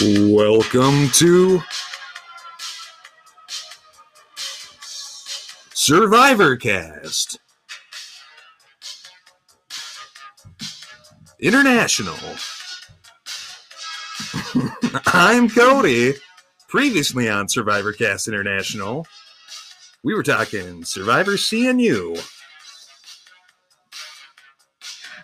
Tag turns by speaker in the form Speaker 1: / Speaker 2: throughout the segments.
Speaker 1: Welcome to Survivor Cast International. I'm Cody. Previously on Survivor Cast International, we were talking Survivor CNU.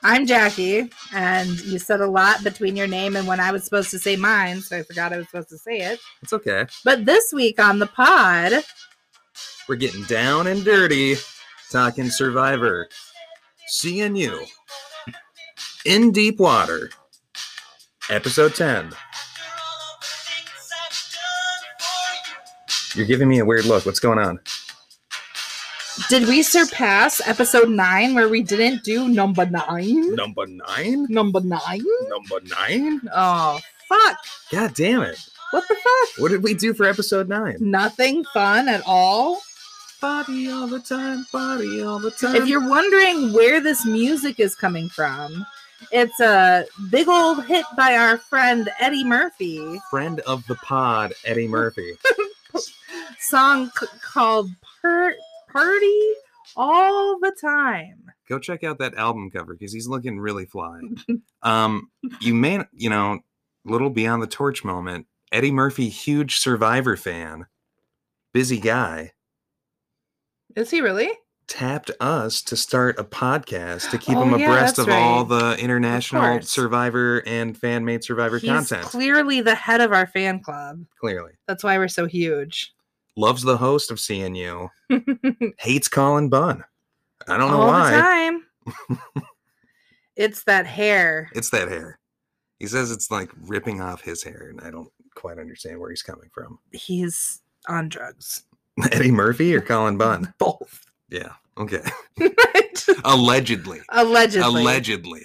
Speaker 2: I'm Jackie, and you said a lot between your name and when I was supposed to say mine, so I forgot I was supposed to say it.
Speaker 1: It's okay.
Speaker 2: But this week on the pod,
Speaker 1: We're getting down and dirty talking Survivor CNU in deep water, episode 10. You're giving me a weird look. What's going on?
Speaker 2: did we surpass episode nine where we didn't do number nine?
Speaker 1: Number nine?
Speaker 2: Number nine?
Speaker 1: Number nine?
Speaker 2: Oh, fuck.
Speaker 1: God damn it.
Speaker 2: What the fuck?
Speaker 1: What did we do for episode nine?
Speaker 2: Nothing fun at all.
Speaker 1: Body all the time, body all the time.
Speaker 2: If you're wondering where this music is coming from, it's a big old hit by our friend Eddie Murphy.
Speaker 1: friend of the pod, Eddie Murphy.
Speaker 2: song c- called per- Party All the Time.
Speaker 1: go check out that album cover because he's looking really fly. um, you may, you know, little beyond the torch moment. Eddie Murphy, huge Survivor fan, busy guy,
Speaker 2: Is he really?
Speaker 1: tapped us to start a podcast to keep
Speaker 2: Oh,
Speaker 1: him
Speaker 2: yeah,
Speaker 1: abreast of
Speaker 2: that's
Speaker 1: all
Speaker 2: right.
Speaker 1: the international
Speaker 2: course.
Speaker 1: Survivor and fan made Survivor
Speaker 2: He's
Speaker 1: content.
Speaker 2: clearly the head of our fan club.
Speaker 1: clearly,
Speaker 2: That's why we're so huge.
Speaker 1: loves the host of CNU, hates Colin Bunn. I don't know
Speaker 2: All the
Speaker 1: why.
Speaker 2: time. it's that hair.
Speaker 1: It's that hair. He says it's like ripping off his hair, and I don't quite understand where he's coming from.
Speaker 2: He's on drugs.
Speaker 1: Eddie Murphy or Colin Bunn?
Speaker 2: Both.
Speaker 1: Yeah. Okay. Allegedly.
Speaker 2: Allegedly.
Speaker 1: Allegedly.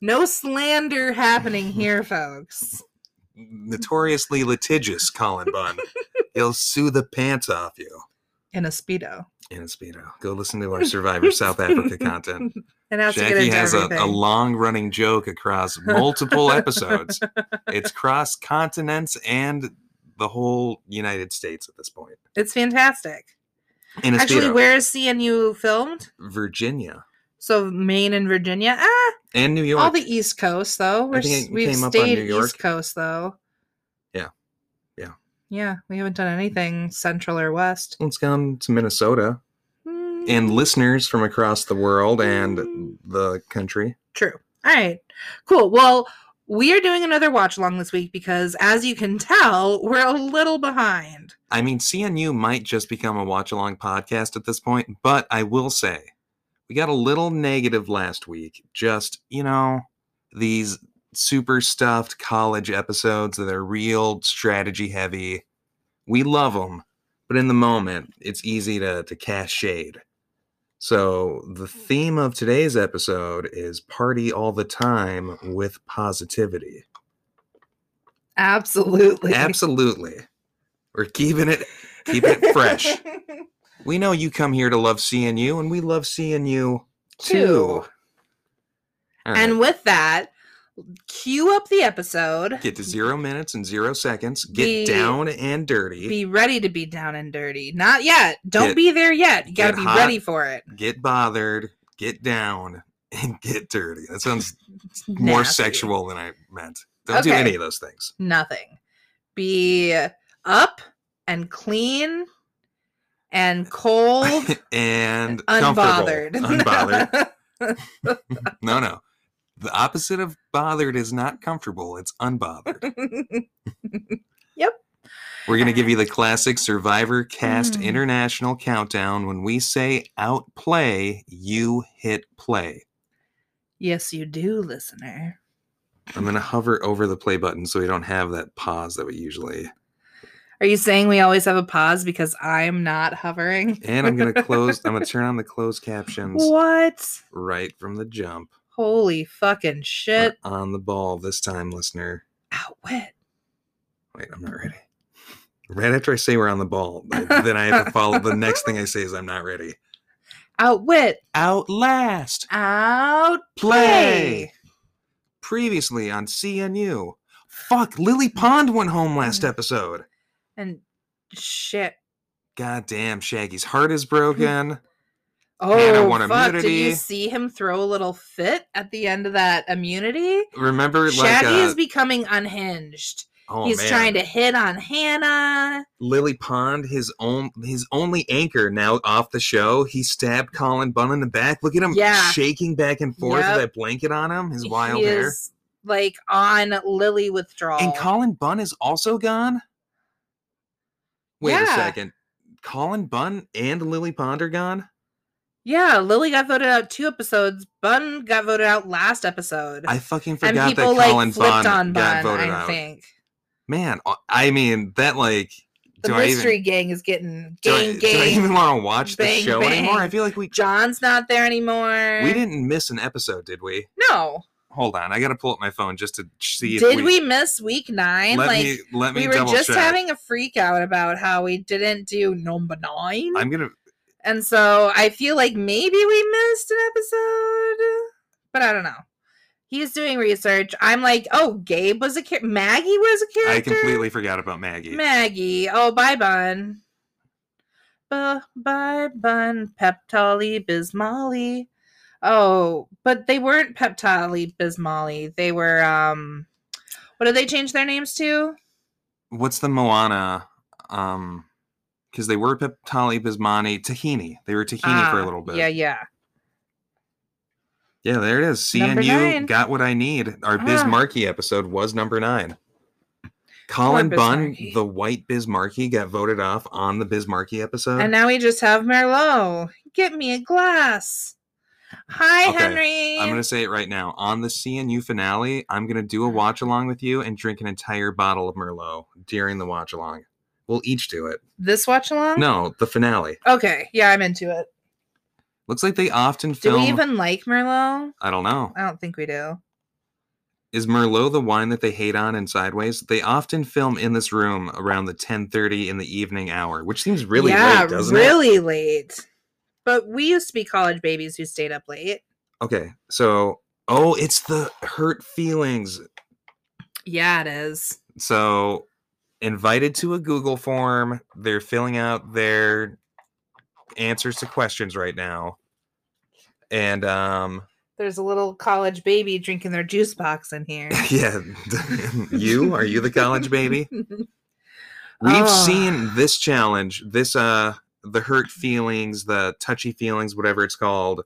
Speaker 2: no slander happening here, folks.
Speaker 1: Notoriously litigious Colin Bunn. He'll sue the pants off you.
Speaker 2: In a Speedo.
Speaker 1: In a Speedo. Go listen to our Survivor South Africa content.
Speaker 2: And has to get
Speaker 1: Jackie
Speaker 2: into
Speaker 1: has a,
Speaker 2: everything.
Speaker 1: a long running joke across multiple episodes. It's cross continents and the whole United States at this point.
Speaker 2: it's fantastic.
Speaker 1: In a
Speaker 2: Actually,
Speaker 1: Speedo.
Speaker 2: where is CNU filmed?
Speaker 1: Virginia
Speaker 2: So Maine and Virginia, ah,
Speaker 1: and New York.
Speaker 2: all the East Coast though. We're,
Speaker 1: think
Speaker 2: s-
Speaker 1: it
Speaker 2: we've
Speaker 1: came up on
Speaker 2: stayed
Speaker 1: New York.
Speaker 2: East Coast though.
Speaker 1: Yeah. Yeah.
Speaker 2: yeah. We haven't done anything Central or West.
Speaker 1: Let's come to Minnesota and
Speaker 2: Mm,
Speaker 1: listeners from across the world
Speaker 2: Mm.
Speaker 1: and the country.
Speaker 2: true. All right, cool. Well, we are doing another watch along this week because, as you can tell, we're a little behind.
Speaker 1: I mean, CNU might just become a watch along podcast at this point, but I will say we got a little negative last week. Just, you know, these super stuffed college episodes that are real strategy heavy. We love them, but in the moment, it's easy to, to cast shade. So, the theme of today's episode is party all the time with positivity.
Speaker 2: Absolutely.
Speaker 1: Absolutely. We're keeping it keep it fresh. We know you come here to love seeing you, and we love seeing you too.
Speaker 2: Too.
Speaker 1: All right.
Speaker 2: and with that, cue up the episode.
Speaker 1: get to zero minutes and zero seconds. Get
Speaker 2: Be-
Speaker 1: down and dirty.
Speaker 2: be ready to be down and dirty. Not yet. Don't
Speaker 1: Get-
Speaker 2: be there yet. You gotta
Speaker 1: get
Speaker 2: be
Speaker 1: hot.
Speaker 2: ready for it.
Speaker 1: get bothered. Get down and get dirty. That sounds more
Speaker 2: Nasty.
Speaker 1: sexual than I meant. Don't do
Speaker 2: Okay.
Speaker 1: any of those things.
Speaker 2: Nothing. Be up and clean and cold,
Speaker 1: and
Speaker 2: unbothered.
Speaker 1: comfortable. Unbothered. no, no. The opposite of bothered is not comfortable. It's unbothered. We're going to give you the classic Survivor Cast
Speaker 2: Mm.
Speaker 1: International countdown. When we say outplay, you hit play.
Speaker 2: yes, you do, listener.
Speaker 1: I'm going to hover over the play button so we don't have that pause that we usually.
Speaker 2: Are you saying we always have a pause because I'm not hovering?
Speaker 1: And I'm going to close, I'm going to turn on the closed captions
Speaker 2: What?
Speaker 1: right from the jump.
Speaker 2: Holy fucking
Speaker 1: We're
Speaker 2: shit.
Speaker 1: on the ball this time, listener.
Speaker 2: Outwit.
Speaker 1: Wait, I'm not ready. Right after I say we're on the ball, I- then I have to follow. The next thing I say is I'm not ready.
Speaker 2: Outwit.
Speaker 1: Outlast
Speaker 2: Outplay.
Speaker 1: play. Previously on CNU. Fuck, Lily Pond went home last
Speaker 2: Mm.
Speaker 1: episode.
Speaker 2: And shit.
Speaker 1: Goddamn, Shaggy's heart is broken. Hannah
Speaker 2: Oh,
Speaker 1: won
Speaker 2: fuck. Did
Speaker 1: immunity.
Speaker 2: you see him throw a little fit at the end of that immunity?
Speaker 1: Remember, like,
Speaker 2: Shaggy
Speaker 1: uh,
Speaker 2: is becoming unhinged.
Speaker 1: oh
Speaker 2: He's
Speaker 1: man,
Speaker 2: trying to hit on Hannah.
Speaker 1: Lily Pond, his own, his only anchor now off the show. He stabbed Colin Bunn in the back. Look at him
Speaker 2: Yeah.
Speaker 1: shaking back and forth
Speaker 2: Yep.
Speaker 1: with that blanket on him. His wild
Speaker 2: he
Speaker 1: hair.
Speaker 2: is like on Lily withdrawal.
Speaker 1: And Colin Bunn is also gone. Wait a
Speaker 2: Yeah.
Speaker 1: second. Colin Bunn and Lily Pond are gone.
Speaker 2: yeah, Lily got voted out two episodes. Bun got voted out last episode.
Speaker 1: I fucking
Speaker 2: and
Speaker 1: forgot
Speaker 2: people
Speaker 1: that
Speaker 2: like
Speaker 1: Colin
Speaker 2: flipped
Speaker 1: Bunn
Speaker 2: on
Speaker 1: got
Speaker 2: Bun,
Speaker 1: voted
Speaker 2: I
Speaker 1: out.
Speaker 2: think.
Speaker 1: Man, uh, I mean that like.
Speaker 2: The
Speaker 1: do
Speaker 2: mystery
Speaker 1: I even,
Speaker 2: gang is getting
Speaker 1: do I-
Speaker 2: gang
Speaker 1: do I,
Speaker 2: gang.
Speaker 1: even want to watch
Speaker 2: Bang,
Speaker 1: the show anymore? I
Speaker 2: bang.
Speaker 1: feel like we
Speaker 2: John's not there anymore.
Speaker 1: we didn't miss an episode, did we?
Speaker 2: No.
Speaker 1: Hold on, I gotta pull up my phone just to see. if
Speaker 2: Did we, miss week nine?
Speaker 1: Let
Speaker 2: like
Speaker 1: me let me
Speaker 2: we were
Speaker 1: double
Speaker 2: just
Speaker 1: check.
Speaker 2: having a freak out about how we didn't do number 9
Speaker 1: I'm gonna.
Speaker 2: and so I feel like maybe we missed an episode, but I don't know. He's doing research. I'm like, oh, Gabe was a character. Maggie was a
Speaker 1: I
Speaker 2: character.
Speaker 1: completely forgot about Maggie.
Speaker 2: Maggie. Oh, bye, bun. Bu- Bye, bun. Peptolly, Bismolly. Oh, but they weren't Peptolly, Bismolly. They were, um, what did they change their names to?
Speaker 1: What's the Moana? Um, because they were Peptali, Bismani, Tahini. They were Tahini for
Speaker 2: Ah,
Speaker 1: a little bit.
Speaker 2: Yeah, yeah.
Speaker 1: Yeah, there it is.
Speaker 2: Number
Speaker 1: CNU
Speaker 2: nine.
Speaker 1: got what I need. Our
Speaker 2: Ah.
Speaker 1: Bismarcky episode was number nine. Colin Bunn,
Speaker 2: Bismarcky.
Speaker 1: the white Bismarcky, got voted off on the Bismarcky episode.
Speaker 2: And now we just have Merlot. Get me a glass. Hi,
Speaker 1: Okay,
Speaker 2: Henry.
Speaker 1: I'm going to say it right now. On the CNU finale, I'm going to do a watch along with you and drink an entire bottle of Merlot during the watch along. We'll each do it.
Speaker 2: This watch along?
Speaker 1: No, the finale.
Speaker 2: Okay, yeah, I'm into it.
Speaker 1: Looks like they often
Speaker 2: Do
Speaker 1: film.
Speaker 2: we even like Merlot?
Speaker 1: I don't know.
Speaker 2: I don't think we do.
Speaker 1: Is Merlot the wine that they hate on in Sideways? They often film in this room around the 10:30 in the evening hour, which seems really
Speaker 2: yeah,
Speaker 1: late, doesn't it?
Speaker 2: really late. But we used to be college babies who stayed up late.
Speaker 1: Okay, so oh, it's the hurt feelings.
Speaker 2: Yeah, it is.
Speaker 1: So invited to a Google form, they're filling out their answers to questions right now, and um,
Speaker 2: There's a little college baby drinking their juice box in here.
Speaker 1: yeah, you are you the college baby? We've
Speaker 2: Oh.
Speaker 1: seen this challenge, this uh the hurt feelings, the touchy feelings, whatever it's called,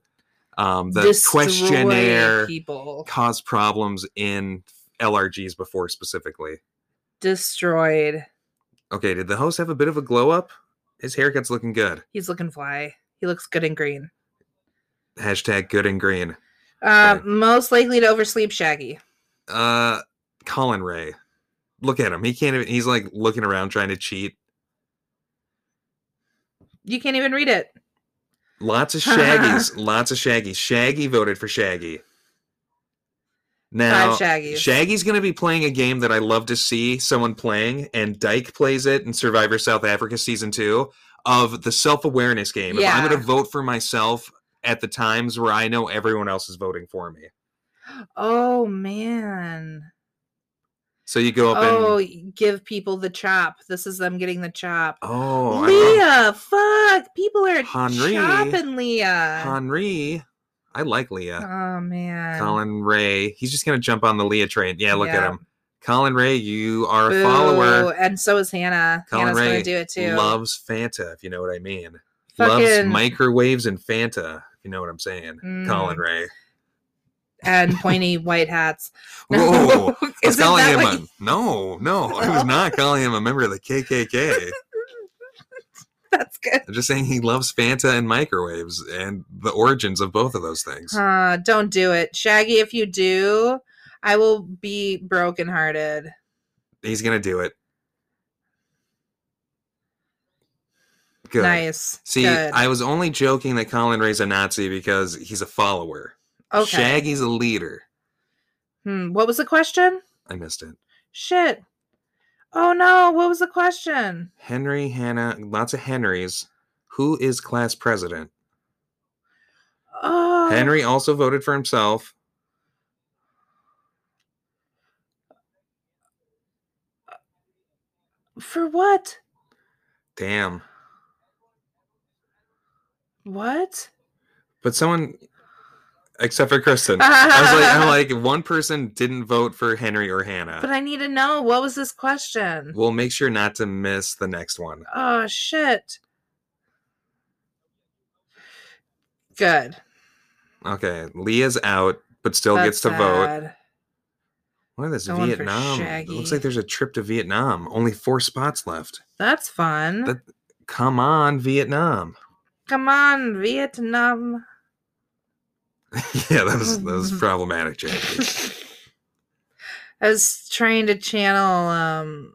Speaker 1: um, the
Speaker 2: Destroy
Speaker 1: questionnaire
Speaker 2: people
Speaker 1: cause problems in LRGs before specifically.
Speaker 2: destroyed.
Speaker 1: Okay, did the host have a bit of a glow up? His haircut's looking good.
Speaker 2: He's looking fly. He looks good in green.
Speaker 1: Hashtag good and green.
Speaker 2: Uh,
Speaker 1: Okay.
Speaker 2: most likely to oversleep Shaggy.
Speaker 1: Uh Colin Ray. Look at him. He can't even he's like looking around trying to cheat.
Speaker 2: You can't even read it.
Speaker 1: Lots of shaggies. lots of shaggies. Shaggy voted for Shaggy. Now
Speaker 2: Five Shaggies.
Speaker 1: Shaggy's going to be playing a game that I love to see someone playing, and Dyke plays it in Survivor South Africa season two of the self awareness game. If I'm
Speaker 2: Yeah.
Speaker 1: going to vote for myself at the times where I know everyone else is voting for me.
Speaker 2: oh man.
Speaker 1: So you go up
Speaker 2: Oh,
Speaker 1: and
Speaker 2: y- give people the chop. This is them getting the chop.
Speaker 1: oh, I love
Speaker 2: Leah, fuck. People are
Speaker 1: Henri.
Speaker 2: chopping Leah.
Speaker 1: Henri. I like Leah.
Speaker 2: oh man.
Speaker 1: Colin Ray. He's just going to jump on the Leah train. Yeah, look
Speaker 2: Yeah.
Speaker 1: at him. Colin Ray, you are
Speaker 2: Boo.
Speaker 1: a follower.
Speaker 2: And so is Hannah.
Speaker 1: Colin
Speaker 2: Hannah's
Speaker 1: Ray
Speaker 2: gonna do it too.
Speaker 1: Loves Fanta, if you know what I mean. Loves
Speaker 2: Fucking-
Speaker 1: microwaves and Fanta, if you know what I'm saying. Colin
Speaker 2: Mm.
Speaker 1: Ray.
Speaker 2: And pointy white hats.
Speaker 1: Whoa. I was
Speaker 2: Isn't
Speaker 1: calling
Speaker 2: that
Speaker 1: him
Speaker 2: what
Speaker 1: a, no, no, I was not calling him a member of the KKK.
Speaker 2: that's good.
Speaker 1: I'm just saying he loves Fanta and microwaves and the origins of both of those things.
Speaker 2: Uh, don't do it. Shaggy, if you do, I will be brokenhearted.
Speaker 1: He's gonna do it. Good.
Speaker 2: Nice.
Speaker 1: See,
Speaker 2: Good.
Speaker 1: I was only joking that Colin Ray's a Nazi because he's a follower.
Speaker 2: okay.
Speaker 1: Shaggy's a leader.
Speaker 2: Hmm, what was the question?
Speaker 1: I missed it.
Speaker 2: Shit. Oh no, what was the question?
Speaker 1: Henry, Hannah, lots of Henrys. Who is class president?
Speaker 2: Oh,
Speaker 1: Henry also voted for himself.
Speaker 2: For what?
Speaker 1: Damn.
Speaker 2: What?
Speaker 1: But someone, except for Kristen, I was like, I'm like, one person didn't vote for Henry or Hannah.
Speaker 2: But um, I need to know what was this question?
Speaker 1: we'll make sure not to miss the next one.
Speaker 2: Oh shit. Good.
Speaker 1: Okay, Leah's out, but still
Speaker 2: That's
Speaker 1: gets to vote.
Speaker 2: sad.
Speaker 1: What is this?
Speaker 2: Going for
Speaker 1: Vietnam? It looks
Speaker 2: Shaggy.
Speaker 1: like there's a trip to Vietnam. Only four spots left.
Speaker 2: That's fun.
Speaker 1: That- Come on, Vietnam.
Speaker 2: Come on, Vietnam.
Speaker 1: yeah, that was that was problematic, Jackie.
Speaker 2: I was trying to channel um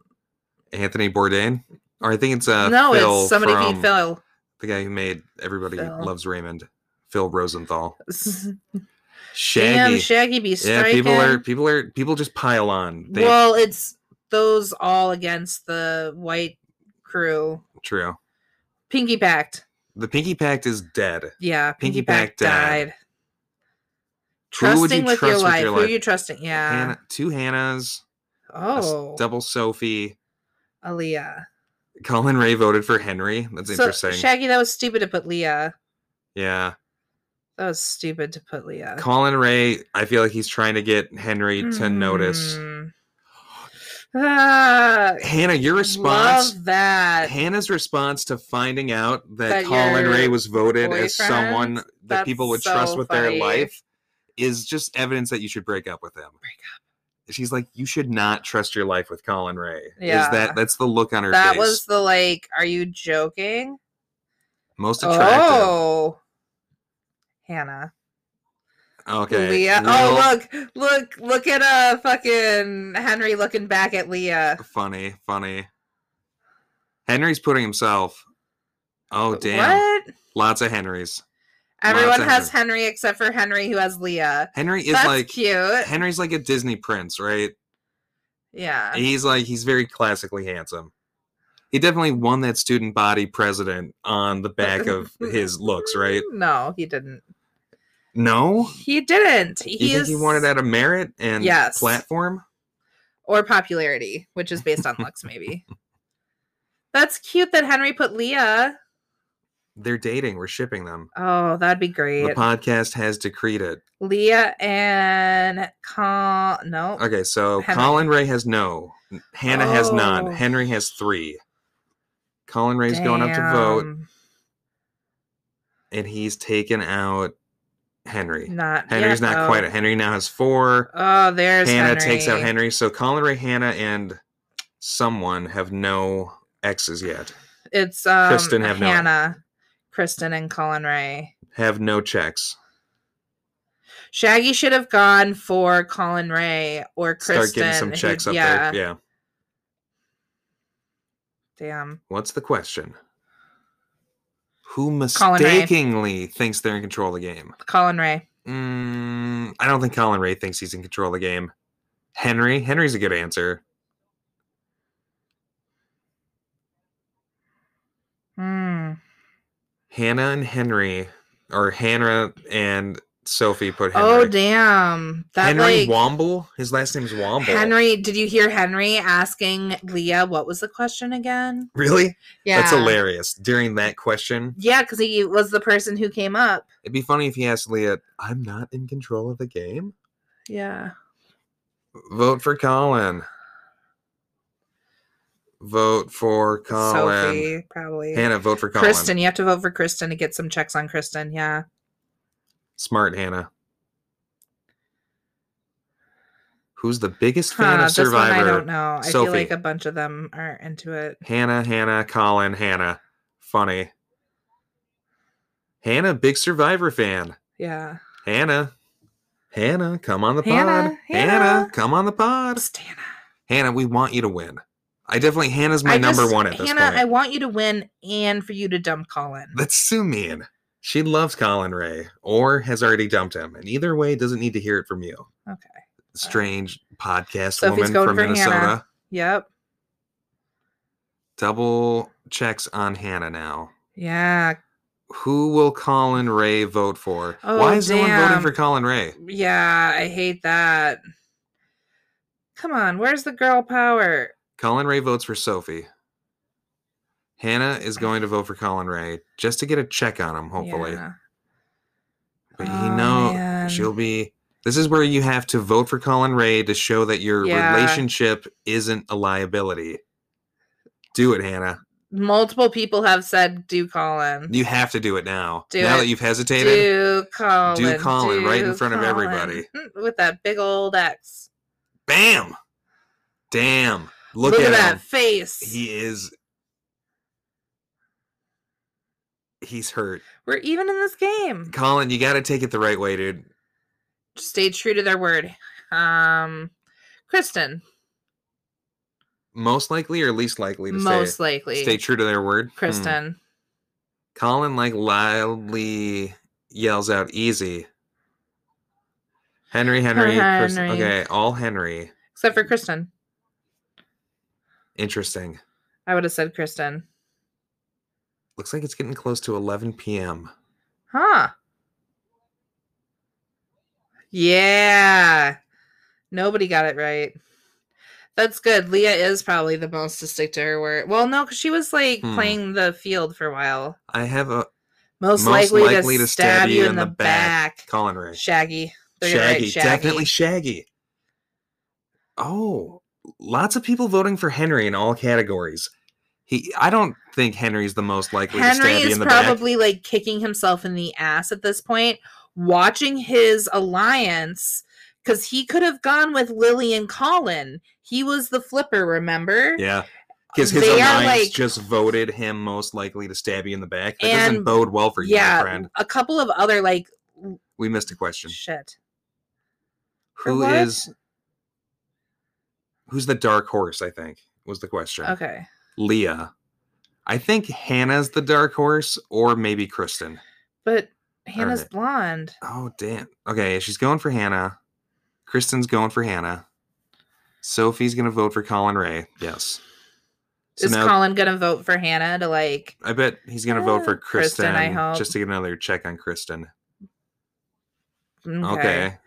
Speaker 1: Anthony Bourdain, or I think it's uh,
Speaker 2: no,
Speaker 1: Phil
Speaker 2: it's somebody
Speaker 1: from
Speaker 2: beat Phil.
Speaker 1: the guy who made Everybody
Speaker 2: Phil.
Speaker 1: Loves Raymond, Phil Rosenthal.
Speaker 2: Damn,
Speaker 1: Shaggy.
Speaker 2: Shaggy be
Speaker 1: yeah,
Speaker 2: striking.
Speaker 1: people are people are people just pile on. They,
Speaker 2: well, it's those all against the white crew.
Speaker 1: true.
Speaker 2: Pinky Pact.
Speaker 1: The Pinky Pact is dead.
Speaker 2: Yeah, Pinky,
Speaker 1: Pinky Pact
Speaker 2: Pact,
Speaker 1: died.
Speaker 2: died.
Speaker 1: Who would
Speaker 2: Trusting
Speaker 1: you
Speaker 2: with, your
Speaker 1: trust with
Speaker 2: life.
Speaker 1: your
Speaker 2: Who are
Speaker 1: life?
Speaker 2: you trusting? Yeah.
Speaker 1: Hannah, two Hannahs, a s-
Speaker 2: oh,
Speaker 1: double Sophie.
Speaker 2: Aaliyah.
Speaker 1: Colin Ray voted for Henry. That's
Speaker 2: So,
Speaker 1: interesting.
Speaker 2: Shaggy, that was stupid to put Leah.
Speaker 1: yeah.
Speaker 2: That was stupid to put Leah.
Speaker 1: Colin Ray, I feel like he's trying to get Henry to notice.
Speaker 2: Mm. Ah,
Speaker 1: Hannah, your response
Speaker 2: Love that.
Speaker 1: Hannah's response to finding out that,
Speaker 2: That
Speaker 1: Colin
Speaker 2: your
Speaker 1: Ray was voted as
Speaker 2: boyfriend?
Speaker 1: someone that
Speaker 2: That's
Speaker 1: people would
Speaker 2: so
Speaker 1: trust with
Speaker 2: funny.
Speaker 1: their life is just evidence that you should break up with him.
Speaker 2: Break
Speaker 1: up. She's like, you should not trust your life with Colin Ray. Is
Speaker 2: Yeah.
Speaker 1: that that's the look on her
Speaker 2: That
Speaker 1: face?
Speaker 2: was the like. Are you joking?
Speaker 1: Most attractive.
Speaker 2: Oh, Hannah.
Speaker 1: okay.
Speaker 2: Leah.
Speaker 1: real
Speaker 2: Oh, look, look, look at uh fucking Henry looking back at Leah.
Speaker 1: Funny, funny. Henry's putting himself. Oh damn!
Speaker 2: What?
Speaker 1: Lots of Henrys.
Speaker 2: Everyone
Speaker 1: of
Speaker 2: has Henry except for Henry who has Leah.
Speaker 1: Henry is
Speaker 2: That's
Speaker 1: like
Speaker 2: cute.
Speaker 1: Henry's like a Disney prince, right?
Speaker 2: Yeah.
Speaker 1: He's like he's very classically handsome. He definitely won that student body president on the back of his looks, right?
Speaker 2: Mm, No, he didn't.
Speaker 1: No,
Speaker 2: He didn't. He
Speaker 1: you
Speaker 2: is
Speaker 1: think he wanted out of merit and
Speaker 2: Yes.
Speaker 1: platform?
Speaker 2: or popularity, which is based on looks, maybe. That's cute that Henry put Leah.
Speaker 1: They're dating. We're shipping them.
Speaker 2: Oh, that'd be
Speaker 1: The
Speaker 2: great.
Speaker 1: podcast has decreed it.
Speaker 2: Leah and Col no.
Speaker 1: Okay, so
Speaker 2: Henry.
Speaker 1: Colin Ray has no. Hannah has
Speaker 2: Oh.
Speaker 1: none. Henry has three. Colin Ray's going up to vote,
Speaker 2: Damn.
Speaker 1: and he's taken out Henry.
Speaker 2: Not
Speaker 1: Henry's
Speaker 2: yet,
Speaker 1: not
Speaker 2: though.
Speaker 1: quite. It. Henry now has four.
Speaker 2: Oh, there's
Speaker 1: Hannah
Speaker 2: Henry.
Speaker 1: takes out Henry. So Colin Ray, Hannah, and someone have no exes yet.
Speaker 2: It's um,
Speaker 1: Kristen have no-
Speaker 2: Hannah, Kristen, and Colin Ray.
Speaker 1: Have no checks.
Speaker 2: Shaggy should have gone for Colin Ray or Kristen.
Speaker 1: Start getting some checks
Speaker 2: who-
Speaker 1: up
Speaker 2: yeah,
Speaker 1: there. Yeah.
Speaker 2: Damn.
Speaker 1: What's the question? Who
Speaker 2: Colin Ray.
Speaker 1: mistakenly thinks they're in control of the game?
Speaker 2: Colin Ray.
Speaker 1: Mm, I don't think Colin Ray thinks he's in control of the game. Henry, Henry's a good answer.
Speaker 2: Hmm.
Speaker 1: Hannah and Henry, or Hannah and Sophie put Henry.
Speaker 2: Oh damn. That
Speaker 1: Henry
Speaker 2: like
Speaker 1: Womble. His last name's Womble.
Speaker 2: Henry. Did you hear Henry asking Leah what was the question again?
Speaker 1: Really?
Speaker 2: Yeah.
Speaker 1: That's hilarious. During that question,
Speaker 2: Yeah, because he was the person who came up.
Speaker 1: it'd be funny if he asked Leah, I'm not in control of the game.
Speaker 2: Yeah.
Speaker 1: Vote for Colin. Vote for Colin.
Speaker 2: Sophie, probably.
Speaker 1: Hannah, vote for Colin.
Speaker 2: Kristen, you have to vote for Kristen to get some checks on Kristen. Yeah.
Speaker 1: Smart Hannah. Who's the biggest fan
Speaker 2: Huh,
Speaker 1: of
Speaker 2: This one I
Speaker 1: Survivor?
Speaker 2: don't know. I feel
Speaker 1: Sophie.
Speaker 2: like a bunch of them are into it.
Speaker 1: Hannah, Hannah, Colin, Hannah. Funny. Hannah, big Survivor fan.
Speaker 2: Yeah.
Speaker 1: Hannah. Hannah, come on the
Speaker 2: Hannah,
Speaker 1: pod.
Speaker 2: Hannah.
Speaker 1: Hannah, come on the pod.
Speaker 2: Stana.
Speaker 1: Hannah, we want you to win. I definitely Hannah's my
Speaker 2: I
Speaker 1: number
Speaker 2: just-
Speaker 1: one at this
Speaker 2: Hannah,
Speaker 1: point.
Speaker 2: I want you to win and for you to dump Colin.
Speaker 1: That's so mean. She loves Colin Ray or has already dumped him, and either way doesn't need to hear it from you.
Speaker 2: Okay.
Speaker 1: Strange podcast
Speaker 2: Sophie's
Speaker 1: woman
Speaker 2: going
Speaker 1: from
Speaker 2: for
Speaker 1: Minnesota.
Speaker 2: Hannah. Yep.
Speaker 1: Double checks on Hannah now.
Speaker 2: Yeah.
Speaker 1: Who will Colin Ray vote for?
Speaker 2: Oh,
Speaker 1: Why is no one
Speaker 2: damn.
Speaker 1: voting for Colin Ray?
Speaker 2: Yeah. I hate that. Come on. Where's the girl power?
Speaker 1: Colin Ray votes for Sophie. Hannah is going to vote for Colin Ray just to get a check on him, hopefully.
Speaker 2: Yeah.
Speaker 1: But you
Speaker 2: Oh,
Speaker 1: know,
Speaker 2: man.
Speaker 1: she'll be. This is where you have to vote for Colin Ray to show that your
Speaker 2: Yeah.
Speaker 1: relationship isn't a liability. Do it, Hannah.
Speaker 2: Multiple people have said, do Colin.
Speaker 1: You have to do it now.
Speaker 2: Mm-hmm. Do
Speaker 1: now
Speaker 2: it.
Speaker 1: that you've hesitated,
Speaker 2: do Colin.
Speaker 1: Colin right in
Speaker 2: do
Speaker 1: front of
Speaker 2: Colin.
Speaker 1: everybody.
Speaker 2: With that big old X.
Speaker 1: bam, damn! Look,
Speaker 2: Look, at, that
Speaker 1: him.
Speaker 2: face.
Speaker 1: He is. He's hurt.
Speaker 2: We're even in this game.
Speaker 1: Colin, you got to take it the right way, dude.
Speaker 2: Stay true to their word. Um, Kristen,
Speaker 1: Most likely or least likely to
Speaker 2: most
Speaker 1: stay,
Speaker 2: likely.
Speaker 1: stay true to their word? Hmm.
Speaker 2: Kristen.
Speaker 1: Colin like loudly yells out easy. Henry, Henry, Chris-
Speaker 2: Henry.
Speaker 1: okay, all Henry.
Speaker 2: Except for Kristen.
Speaker 1: Interesting.
Speaker 2: I would have said Kristen.
Speaker 1: Looks like it's getting close to 11 p.m.
Speaker 2: Huh. Yeah. Nobody got it right. That's good. Leah is probably the most to stick to her word. Well, no, because she was like
Speaker 1: Hmm.
Speaker 2: playing the field for a while.
Speaker 1: I have a
Speaker 2: Most,
Speaker 1: Most
Speaker 2: likely,
Speaker 1: likely
Speaker 2: to, stab, you in, the, back.
Speaker 1: Colin Ray.
Speaker 2: Shaggy. They're gonna write
Speaker 1: Shaggy, definitely Shaggy. Oh, lots of people voting for Henry in all categories. He, I don't think Henry's the most likely to
Speaker 2: Henry
Speaker 1: stab you
Speaker 2: is
Speaker 1: in the back.
Speaker 2: probably like kicking himself in the ass at this point, watching his alliance because he could have gone with Lily and Colin. He was the flipper, remember?
Speaker 1: Yeah. Because his
Speaker 2: They are,
Speaker 1: alliance
Speaker 2: like-
Speaker 1: just voted him most likely to stab you in the back. That doesn't
Speaker 2: And-
Speaker 1: bode well for you, my
Speaker 2: yeah,
Speaker 1: friend.
Speaker 2: a couple of other like
Speaker 1: We missed a question.
Speaker 2: shit. For
Speaker 1: Who
Speaker 2: what?
Speaker 1: is who's the dark horse? I think was the question.
Speaker 2: Okay,
Speaker 1: Leah. I think Hannah's the dark horse, or maybe Kristen.
Speaker 2: but Hannah's
Speaker 1: Alright.
Speaker 2: blonde.
Speaker 1: Oh damn. Okay, she's going for Hannah. Kristen's going for Hannah. Sophie's gonna vote for Colin Ray. Yes. So
Speaker 2: is
Speaker 1: now
Speaker 2: Colin gonna vote for Hannah to like?
Speaker 1: I bet he's gonna vote for
Speaker 2: Uh, Kristen,
Speaker 1: Kristen,
Speaker 2: I hope.
Speaker 1: just to get another check on Kristen.
Speaker 2: Okay.
Speaker 1: Okay.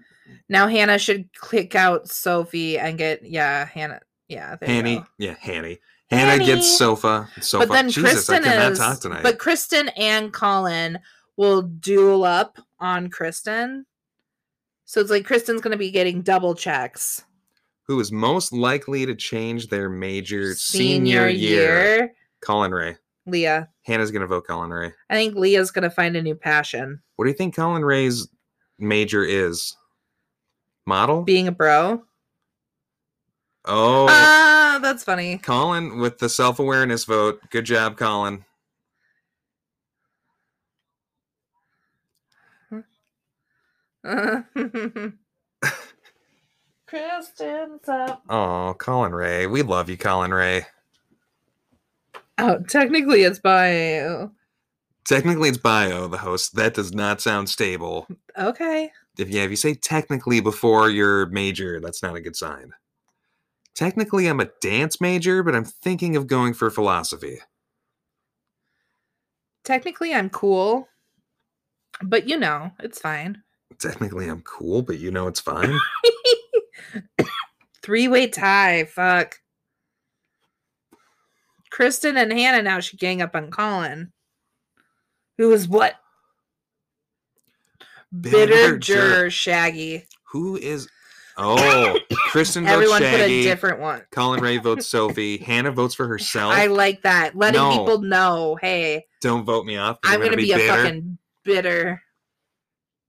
Speaker 2: Now Hannah should click out Sophie and get yeah Hannah yeah there you
Speaker 1: Hanny,
Speaker 2: go.
Speaker 1: yeah, Hanny. Hannah gets
Speaker 2: Hanny.
Speaker 1: sofa. Sofa.
Speaker 2: But then
Speaker 1: Jesus,
Speaker 2: Kristen
Speaker 1: I cannot
Speaker 2: is
Speaker 1: talk tonight.
Speaker 2: but Kristen and Colin will duel up on Kristen. So it's like Kristen's gonna be getting double checks
Speaker 1: Who is most likely to change their major senior, year? Colin Ray.
Speaker 2: Leah.
Speaker 1: Hannah's gonna vote Colin Ray.
Speaker 2: I think Leah's gonna find a new passion.
Speaker 1: What do you think Colin Ray's major is? Model?
Speaker 2: Being a bro.
Speaker 1: oh,
Speaker 2: Ah, that's funny.
Speaker 1: Colin with the self-awareness vote. Good job, Colin.
Speaker 2: Kristen's up.
Speaker 1: Oh, Colin Ray. We love you, Colin Ray.
Speaker 2: Oh, technically it's bio.
Speaker 1: Technically, it's bio, the host. That does not sound stable.
Speaker 2: Okay.
Speaker 1: if yeah, if you say technically before your major, that's not a good sign. Technically, I'm a dance major, but I'm thinking of going for philosophy.
Speaker 2: Technically I'm cool. But you know, it's fine.
Speaker 1: Technically, I'm cool, but you know it's fine.
Speaker 2: Three way tie. Fuck. Kristen and Hannah now should gang up on Colin. Who is what? Bitter,
Speaker 1: Bitter
Speaker 2: juror
Speaker 1: jerk.
Speaker 2: Shaggy.
Speaker 1: Who is? Oh, Kristen votes
Speaker 2: Everyone put a
Speaker 1: Shaggy.
Speaker 2: different one.
Speaker 1: Colin Ray votes Sophie. Hannah votes for herself.
Speaker 2: I like that. Letting
Speaker 1: No.
Speaker 2: people know, hey,
Speaker 1: Don't vote me off. 'cause
Speaker 2: I'm gonna, be, a
Speaker 1: bitter.
Speaker 2: fucking bitter.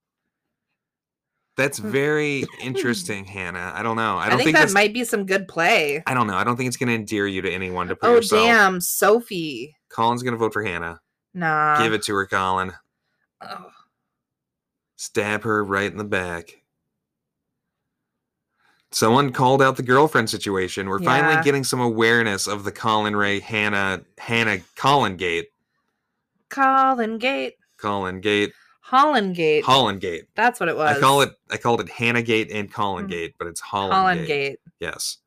Speaker 1: That's very interesting, Hannah. I don't know. I
Speaker 2: I,
Speaker 1: don't
Speaker 2: think,
Speaker 1: think,
Speaker 2: that
Speaker 1: that's.
Speaker 2: might be some good play.
Speaker 1: I don't know. I don't think it's going to endear you to anyone to put
Speaker 2: Oh
Speaker 1: yourself.
Speaker 2: damn, Sophie.
Speaker 1: Colin's going to vote for Hannah.
Speaker 2: Nah.
Speaker 1: Give it to her, Colin.
Speaker 2: Ugh.
Speaker 1: stab her right in the back. Someone called out the girlfriend situation. We're finally
Speaker 2: Yeah.
Speaker 1: getting some awareness of the Colin Ray Hannah Hannah Colin Gate.
Speaker 2: Colin Gate.
Speaker 1: Colin Gate.
Speaker 2: Holland Gate.
Speaker 1: Holland Gate.
Speaker 2: That's what it was.
Speaker 1: I call it I called it Hannah Gate and Colin
Speaker 2: Mm.
Speaker 1: Gate, but it's Holland,
Speaker 2: Holland
Speaker 1: Gate.
Speaker 2: Gate.
Speaker 1: Yes.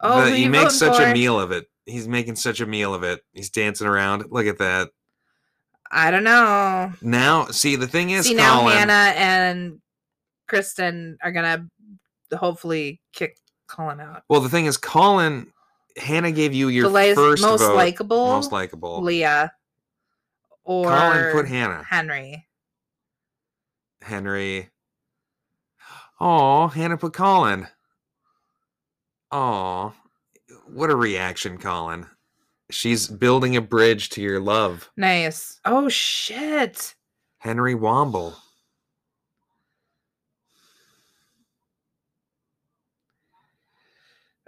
Speaker 2: Oh,
Speaker 1: The-
Speaker 2: who
Speaker 1: he
Speaker 2: you
Speaker 1: makes
Speaker 2: voting
Speaker 1: such a
Speaker 2: for?
Speaker 1: meal of it. He's making such a meal of it. He's dancing around. Look at that.
Speaker 2: I don't know.
Speaker 1: Now, see the thing is
Speaker 2: See now,
Speaker 1: Colin
Speaker 2: Hannah and Kristen are gonna hopefully kick Colin out.
Speaker 1: Well, the thing is, Colin Hannah gave you your
Speaker 2: the la-
Speaker 1: first
Speaker 2: most
Speaker 1: vote,
Speaker 2: likable,
Speaker 1: most likable.
Speaker 2: Leah, or
Speaker 1: Colin put Hannah.
Speaker 2: Henry.
Speaker 1: Henry. Oh, Hannah put Colin. Oh, what a reaction, Colin. She's building a bridge to your love.
Speaker 2: Nice. Oh shit.
Speaker 1: Henry Womble.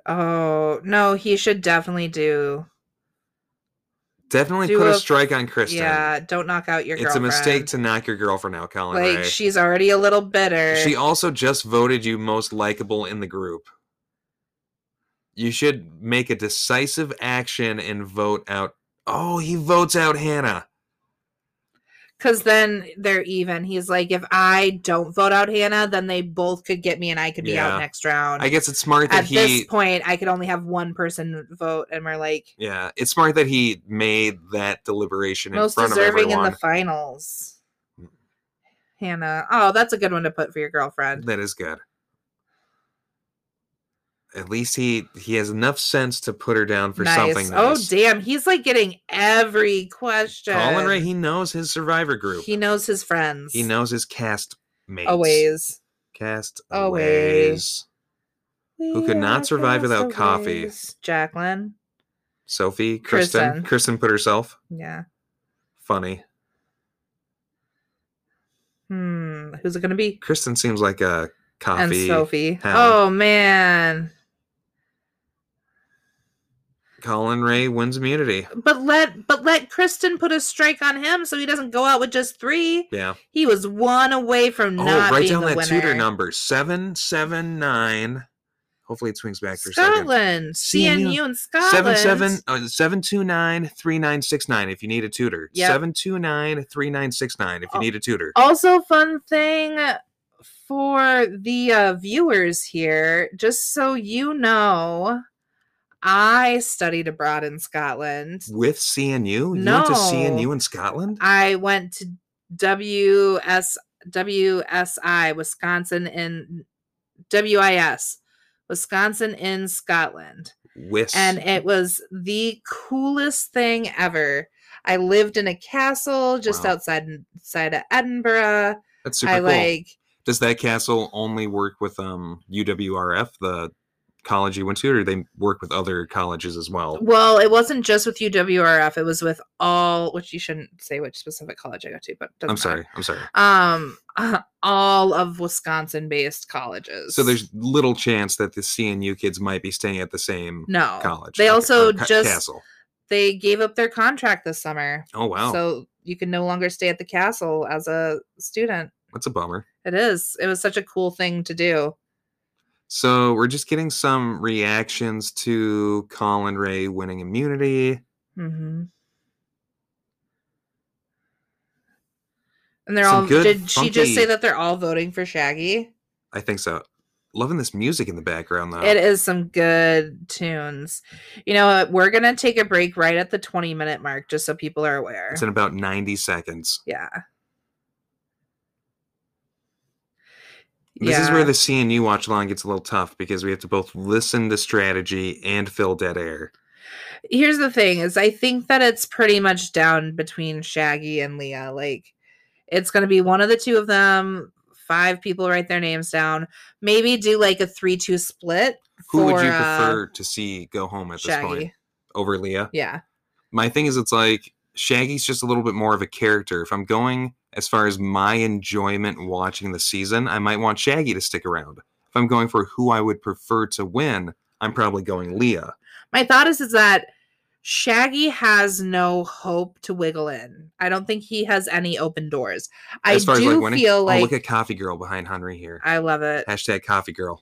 Speaker 2: Oh no, he should definitely do.
Speaker 1: Definitely
Speaker 2: Do
Speaker 1: put a
Speaker 2: a-
Speaker 1: strike on Kristen.
Speaker 2: Yeah, don't knock out your.
Speaker 1: it's a mistake
Speaker 2: girlfriend.
Speaker 1: to knock your girlfriend out, Colin.
Speaker 2: Like
Speaker 1: Ray.
Speaker 2: she's already a little bitter.
Speaker 1: She also just voted you most likable in the group. You should make a decisive action and vote out. Oh, he votes out Hannah.
Speaker 2: Because then they're even. He's like, if I don't vote out Hannah, then they both could get me and I could be
Speaker 1: Yeah.
Speaker 2: out next round.
Speaker 1: I guess it's smart that
Speaker 2: At
Speaker 1: he.
Speaker 2: this point, I could only have one person vote, and we're like
Speaker 1: yeah, it's smart that he made that deliberation in
Speaker 2: most
Speaker 1: front of
Speaker 2: deserving in
Speaker 1: everyone.
Speaker 2: the finals. Hannah. Oh, that's a good one to put for your girlfriend.
Speaker 1: that is good. At least he he has enough sense to put her down for something.
Speaker 2: Nice. Oh,
Speaker 1: Nice.
Speaker 2: damn. He's like getting every question.
Speaker 1: Colin Ray, he knows his survivor group.
Speaker 2: He knows his friends.
Speaker 1: He knows his cast mates.
Speaker 2: Always.
Speaker 1: Cast
Speaker 2: Always.
Speaker 1: always. Who could
Speaker 2: We
Speaker 1: not
Speaker 2: are
Speaker 1: survive without coffee?
Speaker 2: castaways. Jacqueline.
Speaker 1: Sophie, Kristen. Kristen.
Speaker 2: Kristen.
Speaker 1: put herself.
Speaker 2: Yeah.
Speaker 1: Funny.
Speaker 2: Hmm. Who's it going to be?
Speaker 1: Kristen seems like a coffee.
Speaker 2: and Sophie.
Speaker 1: talent.
Speaker 2: Oh man.
Speaker 1: Colin Ray wins immunity.
Speaker 2: But let but let Kristen put a strike on him so he doesn't go out with just three.
Speaker 1: Yeah.
Speaker 2: He was one away from
Speaker 1: Oh,
Speaker 2: not
Speaker 1: write
Speaker 2: being
Speaker 1: down
Speaker 2: the
Speaker 1: that
Speaker 2: winner.
Speaker 1: tutor number. Seven seven nine. Hopefully it swings back for a second.
Speaker 2: Scotland,
Speaker 1: CNU.
Speaker 2: CNU
Speaker 1: Seven
Speaker 2: in Scotland.
Speaker 1: seven uh, seven two nine three nine six nine. If you need a tutor,
Speaker 2: Yep.
Speaker 1: seven two nine three nine six nine. If you
Speaker 2: Oh.
Speaker 1: need a tutor,
Speaker 2: Also, fun thing for the uh, viewers here, just so you know, I studied abroad in Scotland.
Speaker 1: with CNU, you went to
Speaker 2: No.
Speaker 1: CNU in Scotland.
Speaker 2: I went to WS WSI Wisconsin in WIS Wisconsin in Scotland
Speaker 1: Wis.
Speaker 2: and it was the coolest thing ever. I lived in a castle just
Speaker 1: Wow.
Speaker 2: outside outside of Edinburgh.
Speaker 1: That's super
Speaker 2: I
Speaker 1: cool.
Speaker 2: like
Speaker 1: Does that castle only work with um UWRF, the college you went to, or they work with other colleges as well?
Speaker 2: well, it wasn't just with UWRF, it was with all which you shouldn't say which specific college I go to, but doesn't
Speaker 1: I'm
Speaker 2: matter.
Speaker 1: sorry. I'm sorry.
Speaker 2: Um all of Wisconsin-based colleges.
Speaker 1: So there's little chance that the CNU kids might be staying at the same
Speaker 2: no
Speaker 1: college.
Speaker 2: Uh, They
Speaker 1: okay,
Speaker 2: also
Speaker 1: ca-
Speaker 2: just-
Speaker 1: castle.
Speaker 2: they gave up their contract this summer.
Speaker 1: Oh wow,
Speaker 2: So you can no longer stay at the castle as a student.
Speaker 1: that's a bummer.
Speaker 2: It is. It was such a cool thing to do.
Speaker 1: So we're just getting some reactions to Colin Ray winning immunity.
Speaker 2: hmm And they're
Speaker 1: Some
Speaker 2: all.
Speaker 1: good,
Speaker 2: did she just
Speaker 1: funky-
Speaker 2: say that they're all voting for Shaggy?
Speaker 1: I think so. Loving this music in the background though.
Speaker 2: It is some good tunes. You know what? We're gonna take a break right at the twenty minute mark, just so people are aware.
Speaker 1: It's in about 90 seconds.
Speaker 2: yeah.
Speaker 1: This is where the CNU watch along gets a little tough because we have to both listen to strategy and fill dead air.
Speaker 2: here's the thing is i think that it's pretty much down between shaggy and leah like it's going to be one of the two of them five people write their names down maybe do like a three two split
Speaker 1: Who would you
Speaker 2: for, uh,
Speaker 1: prefer to see go home at this point
Speaker 2: shaggy
Speaker 1: over Leah?
Speaker 2: yeah
Speaker 1: My thing is, it's like Shaggy's just a little bit more of a character. If I'm going as far as my enjoyment watching the season, I might want Shaggy to stick around. If I'm going for who I would prefer to win, I'm probably going Leah.
Speaker 2: my thought is is that shaggy has no hope to wiggle in i don't think he has any open doors i
Speaker 1: As far as
Speaker 2: do
Speaker 1: like winning,
Speaker 2: feel
Speaker 1: oh,
Speaker 2: like
Speaker 1: look at Coffee Girl behind Henry here.
Speaker 2: i love it
Speaker 1: Hashtag Coffee Girl.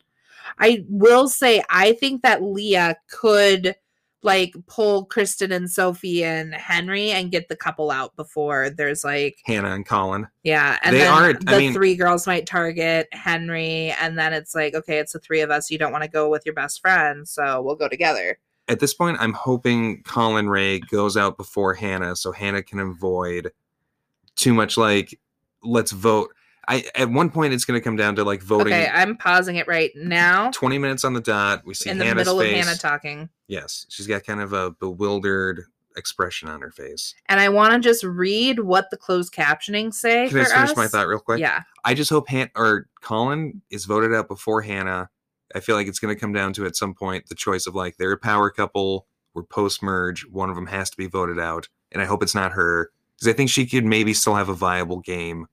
Speaker 2: I will say I think that Leah could like pull Kristen and Sophie and Henry and get the couple out before there's like
Speaker 1: Hannah and Colin.
Speaker 2: yeah and
Speaker 1: They
Speaker 2: then
Speaker 1: aren't-
Speaker 2: the
Speaker 1: I mean-
Speaker 2: three girls might target Henry and then it's like okay it's the three of us you don't want to go with your best friend so we'll go together
Speaker 1: at this point, I'm hoping Colin Ray goes out before Hannah so Hannah can avoid too much like let's vote. I at one point it's going to come down to like voting.
Speaker 2: Okay, I'm pausing it right now.
Speaker 1: Twenty minutes on the dot. We see
Speaker 2: In the
Speaker 1: Hannah's
Speaker 2: middle
Speaker 1: face.
Speaker 2: of Hannah talking.
Speaker 1: yes, she's got kind of a bewildered expression on her face.
Speaker 2: And I want to just read what the closed captioning say.
Speaker 1: Can I
Speaker 2: for
Speaker 1: just finish
Speaker 2: us.
Speaker 1: my thought real quick?
Speaker 2: Yeah.
Speaker 1: I just hope Han- or Colin is voted out before Hannah. I feel like it's going to come down to at some point the choice of like they're a power couple, we're post merge, one of them has to be voted out, and I hope it's not her because I think she could maybe still have a viable game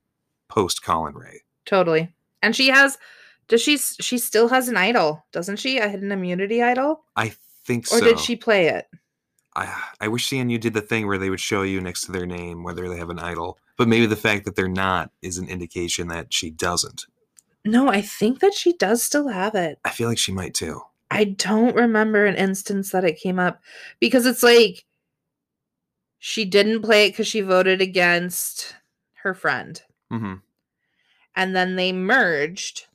Speaker 1: post Colin Ray.
Speaker 2: Totally. And she has does she s- she still has an idol, doesn't she? A hidden immunity idol?
Speaker 1: I think
Speaker 2: Or
Speaker 1: so.
Speaker 2: did she play it?
Speaker 1: I, I wish CNU did the thing where they would show you next to their name whether they have an idol, but maybe the fact that they're not is an indication that she doesn't.
Speaker 2: No, I think that she does still have it.
Speaker 1: I feel like she might too.
Speaker 2: I don't remember an instance that it came up because it's like she didn't play it because she voted against her friend.
Speaker 1: Mm-hmm.
Speaker 2: And then they merged,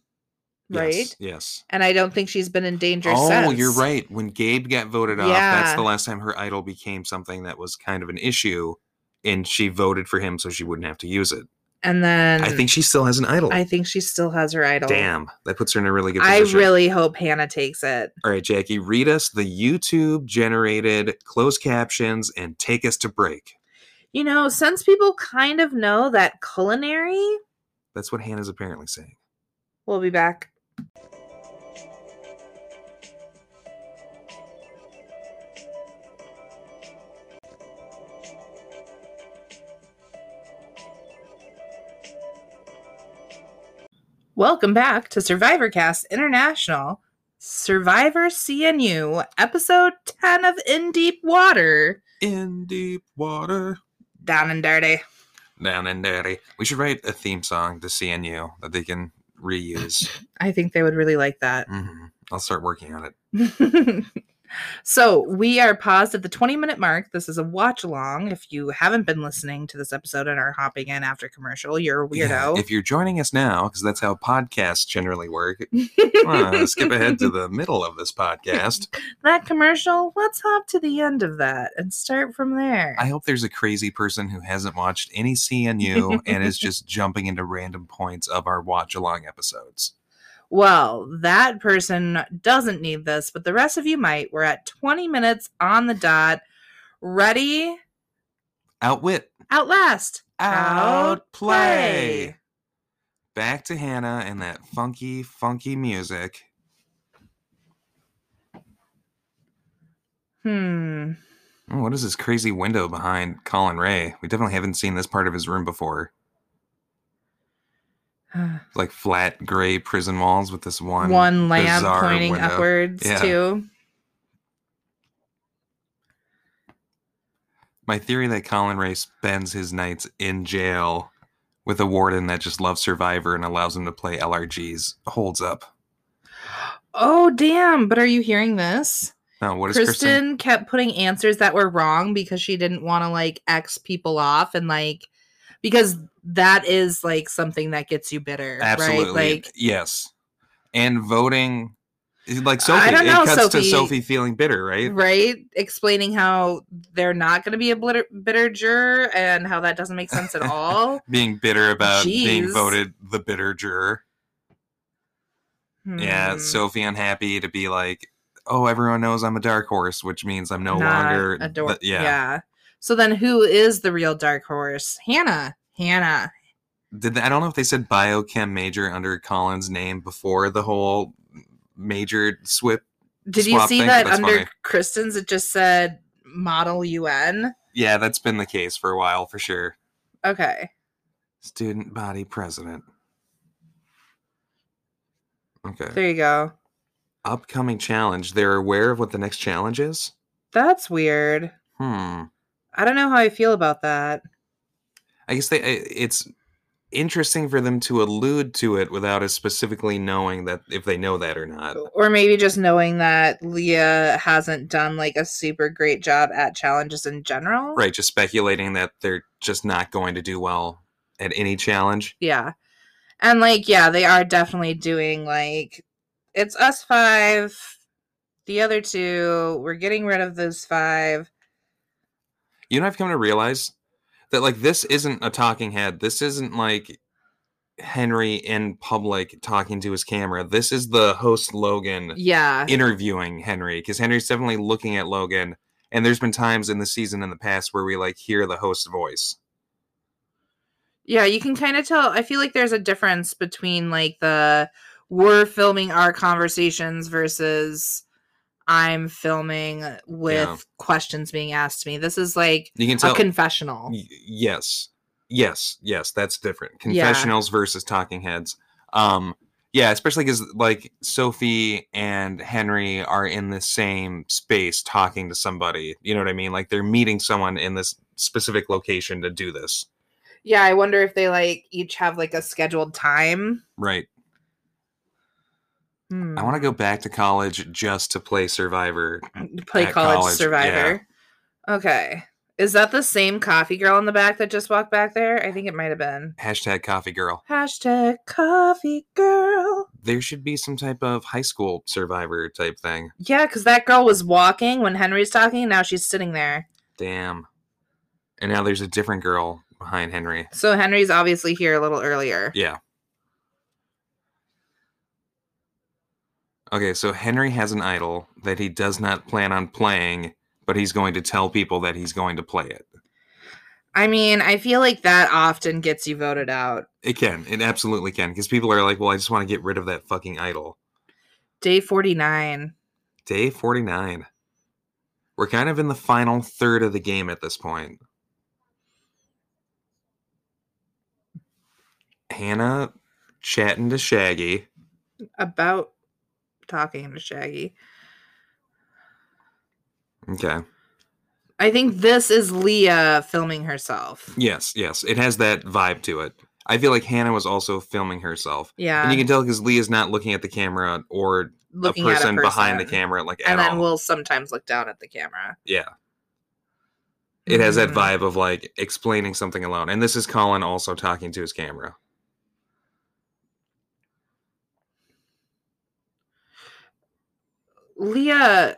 Speaker 2: right?
Speaker 1: Yes. yes.
Speaker 2: And I don't think she's been in danger
Speaker 1: oh,
Speaker 2: since.
Speaker 1: you're right. When Gabe got voted off, that's
Speaker 2: Yeah.
Speaker 1: the last time her idol became something that was kind of an issue, and she voted for him so she wouldn't have to use it.
Speaker 2: And then
Speaker 1: I think she still has an idol.
Speaker 2: Mm. I think she still has her idol.
Speaker 1: Damn, that puts her in a really good
Speaker 2: I
Speaker 1: position.
Speaker 2: really hope Hannah takes it.
Speaker 1: All right, Jackie, read us the YouTube generated closed captions and take us to break.
Speaker 2: You know, since people kind of know that culinary
Speaker 1: That's what Hannah's apparently saying.
Speaker 2: We'll be back. Welcome back to SurvivorCast International, Survivor CNU, episode 10 of In Deep Water.
Speaker 1: In deep water,
Speaker 2: Down and dirty.
Speaker 1: down and dirty. We should write a theme song to CNU that they can reuse.
Speaker 2: I think they would really like that.
Speaker 1: hmm I'll start working on it.
Speaker 2: so we are paused at the 20 minute mark. This is a watch along. If you haven't been listening to this episode and are hopping in after commercial, you're a
Speaker 1: Yeah,
Speaker 2: weirdo.
Speaker 1: if you're joining us now, because that's how podcasts generally work, uh, skip ahead to the middle of this podcast.
Speaker 2: that commercial, let's hop to the end of that and start from there.
Speaker 1: I hope there's a crazy person who hasn't watched any CNU and is just jumping into random points of our watch along episodes.
Speaker 2: well, that person doesn't need this, but the rest of you might. We're at 20 minutes on the dot. Ready?
Speaker 1: Outwit,
Speaker 2: Outlast.
Speaker 1: outplay. Back to Hannah and that funky, funky music.
Speaker 2: Hmm.
Speaker 1: Oh, what is this crazy window behind Colin Ray? We definitely haven't seen this part of his room before. Like flat gray prison walls with this one.
Speaker 2: one, lamp
Speaker 1: bizarre
Speaker 2: pointing
Speaker 1: window.
Speaker 2: upwards
Speaker 1: Yeah.
Speaker 2: too.
Speaker 1: my theory that Colin Ray spends his nights in jail with a warden that just loves Survivor and allows him to play LRGs holds up.
Speaker 2: Oh damn! But are you hearing this?
Speaker 1: Now, what is
Speaker 2: Kristen,
Speaker 1: Kristen?
Speaker 2: kept putting answers that were wrong because she didn't want to like x people off and like because that is like something that gets you bitter,
Speaker 1: Absolutely,
Speaker 2: right? Like
Speaker 1: yes. And voting, like Sophie,
Speaker 2: I don't know,
Speaker 1: it cuts to
Speaker 2: Sophie.
Speaker 1: Sophie feeling bitter, right?
Speaker 2: right explaining how they're not going to be a blitter- bitter juror and how that doesn't make sense at all.
Speaker 1: Being bitter about being
Speaker 2: Jeez.
Speaker 1: voted the bitter juror. Yeah,
Speaker 2: Hmm.
Speaker 1: Sophie unhappy to be like, oh, everyone knows I'm a dark horse, which means I'm no
Speaker 2: Not
Speaker 1: longer
Speaker 2: a door.
Speaker 1: th-
Speaker 2: yeah.
Speaker 1: yeah.
Speaker 2: So then, who is the real dark horse? Hannah. Hannah.
Speaker 1: Did they, I don't know if they said biochem major under Colin's name before the whole major swip.
Speaker 2: Did you
Speaker 1: swap
Speaker 2: see
Speaker 1: thing?
Speaker 2: that
Speaker 1: That's
Speaker 2: under
Speaker 1: funny.
Speaker 2: Kristen's? It just said model UN.
Speaker 1: Yeah, that's been the case for a while for sure.
Speaker 2: Okay.
Speaker 1: Student body president. Okay.
Speaker 2: There you go.
Speaker 1: Upcoming challenge. They're aware of what the next challenge is?
Speaker 2: That's weird.
Speaker 1: Hmm.
Speaker 2: I don't know how I feel about that.
Speaker 1: I guess they i- it's interesting for them to allude to it without us specifically knowing that if they know that or not.
Speaker 2: Or maybe just knowing that Leah hasn't done like a super great job at challenges in general.
Speaker 1: Right, just speculating that they're just not going to do well at any challenge.
Speaker 2: Yeah. And like, yeah, they are definitely doing like, it's us five, the other two, we're getting rid of those five.
Speaker 1: You know, I've come to realize that like this isn't a talking head. This isn't like Henry in public talking to his camera. This is the host Logan
Speaker 2: Yeah.
Speaker 1: interviewing Henry because Henry's definitely looking at Logan. And there's been times in the season in the past where we like hear the host's voice.
Speaker 2: Yeah, you can kind of tell. I feel like there's a difference between like the we're filming our conversations versus I'm filming with
Speaker 1: Yeah.
Speaker 2: questions being asked to me. This is like
Speaker 1: You can
Speaker 2: a
Speaker 1: tell.
Speaker 2: confessional.
Speaker 1: Y- yes yes yes that's different
Speaker 2: Yeah.
Speaker 1: confessionals versus talking heads um yeah especially because like sophie and henry are in the same space talking to somebody you know what i mean like they're meeting someone in this specific location to do this
Speaker 2: Yeah, I wonder if they like each have like a scheduled time.
Speaker 1: right
Speaker 2: Hmm.
Speaker 1: i want to go back to college just to play survivor
Speaker 2: to play
Speaker 1: at
Speaker 2: college,
Speaker 1: college, yeah.
Speaker 2: survivor. Okay. Is that the same coffee girl in the back that just walked back there? I think it might have been.
Speaker 1: hashtag coffee girl
Speaker 2: Hashtag coffee girl.
Speaker 1: there should be some type of high school survivor type thing
Speaker 2: Yeah, because that girl was walking when Henry's talking. Now she's sitting there.
Speaker 1: damn and now there's a different girl behind henry
Speaker 2: So Henry's obviously here a little earlier.
Speaker 1: Yeah. Okay, so Henry has an idol that he does not plan on playing, but he's going to tell people that he's going to play it.
Speaker 2: I mean, I feel like that often gets you voted out.
Speaker 1: It can. It absolutely can. Because people are like, well, I just want to get rid of that fucking idol.
Speaker 2: Day 49.
Speaker 1: Day 49. We're kind of in the final third of the game at this point. Hannah chatting to Shaggy.
Speaker 2: About talking to Shaggy.
Speaker 1: Okay.
Speaker 2: I think this is Leah filming herself.
Speaker 1: Yes, yes. It has that vibe to it. I feel like Hannah was also filming herself.
Speaker 2: Yeah.
Speaker 1: And you can tell because Lee is not looking at the camera or
Speaker 2: looking
Speaker 1: a, person
Speaker 2: at a person
Speaker 1: behind the camera, like at
Speaker 2: And then
Speaker 1: all.
Speaker 2: we'll sometimes look down at the camera.
Speaker 1: yeah. It has that
Speaker 2: Mhm.
Speaker 1: vibe of like explaining something alone. And this is Colin also talking to his camera.
Speaker 2: Leah,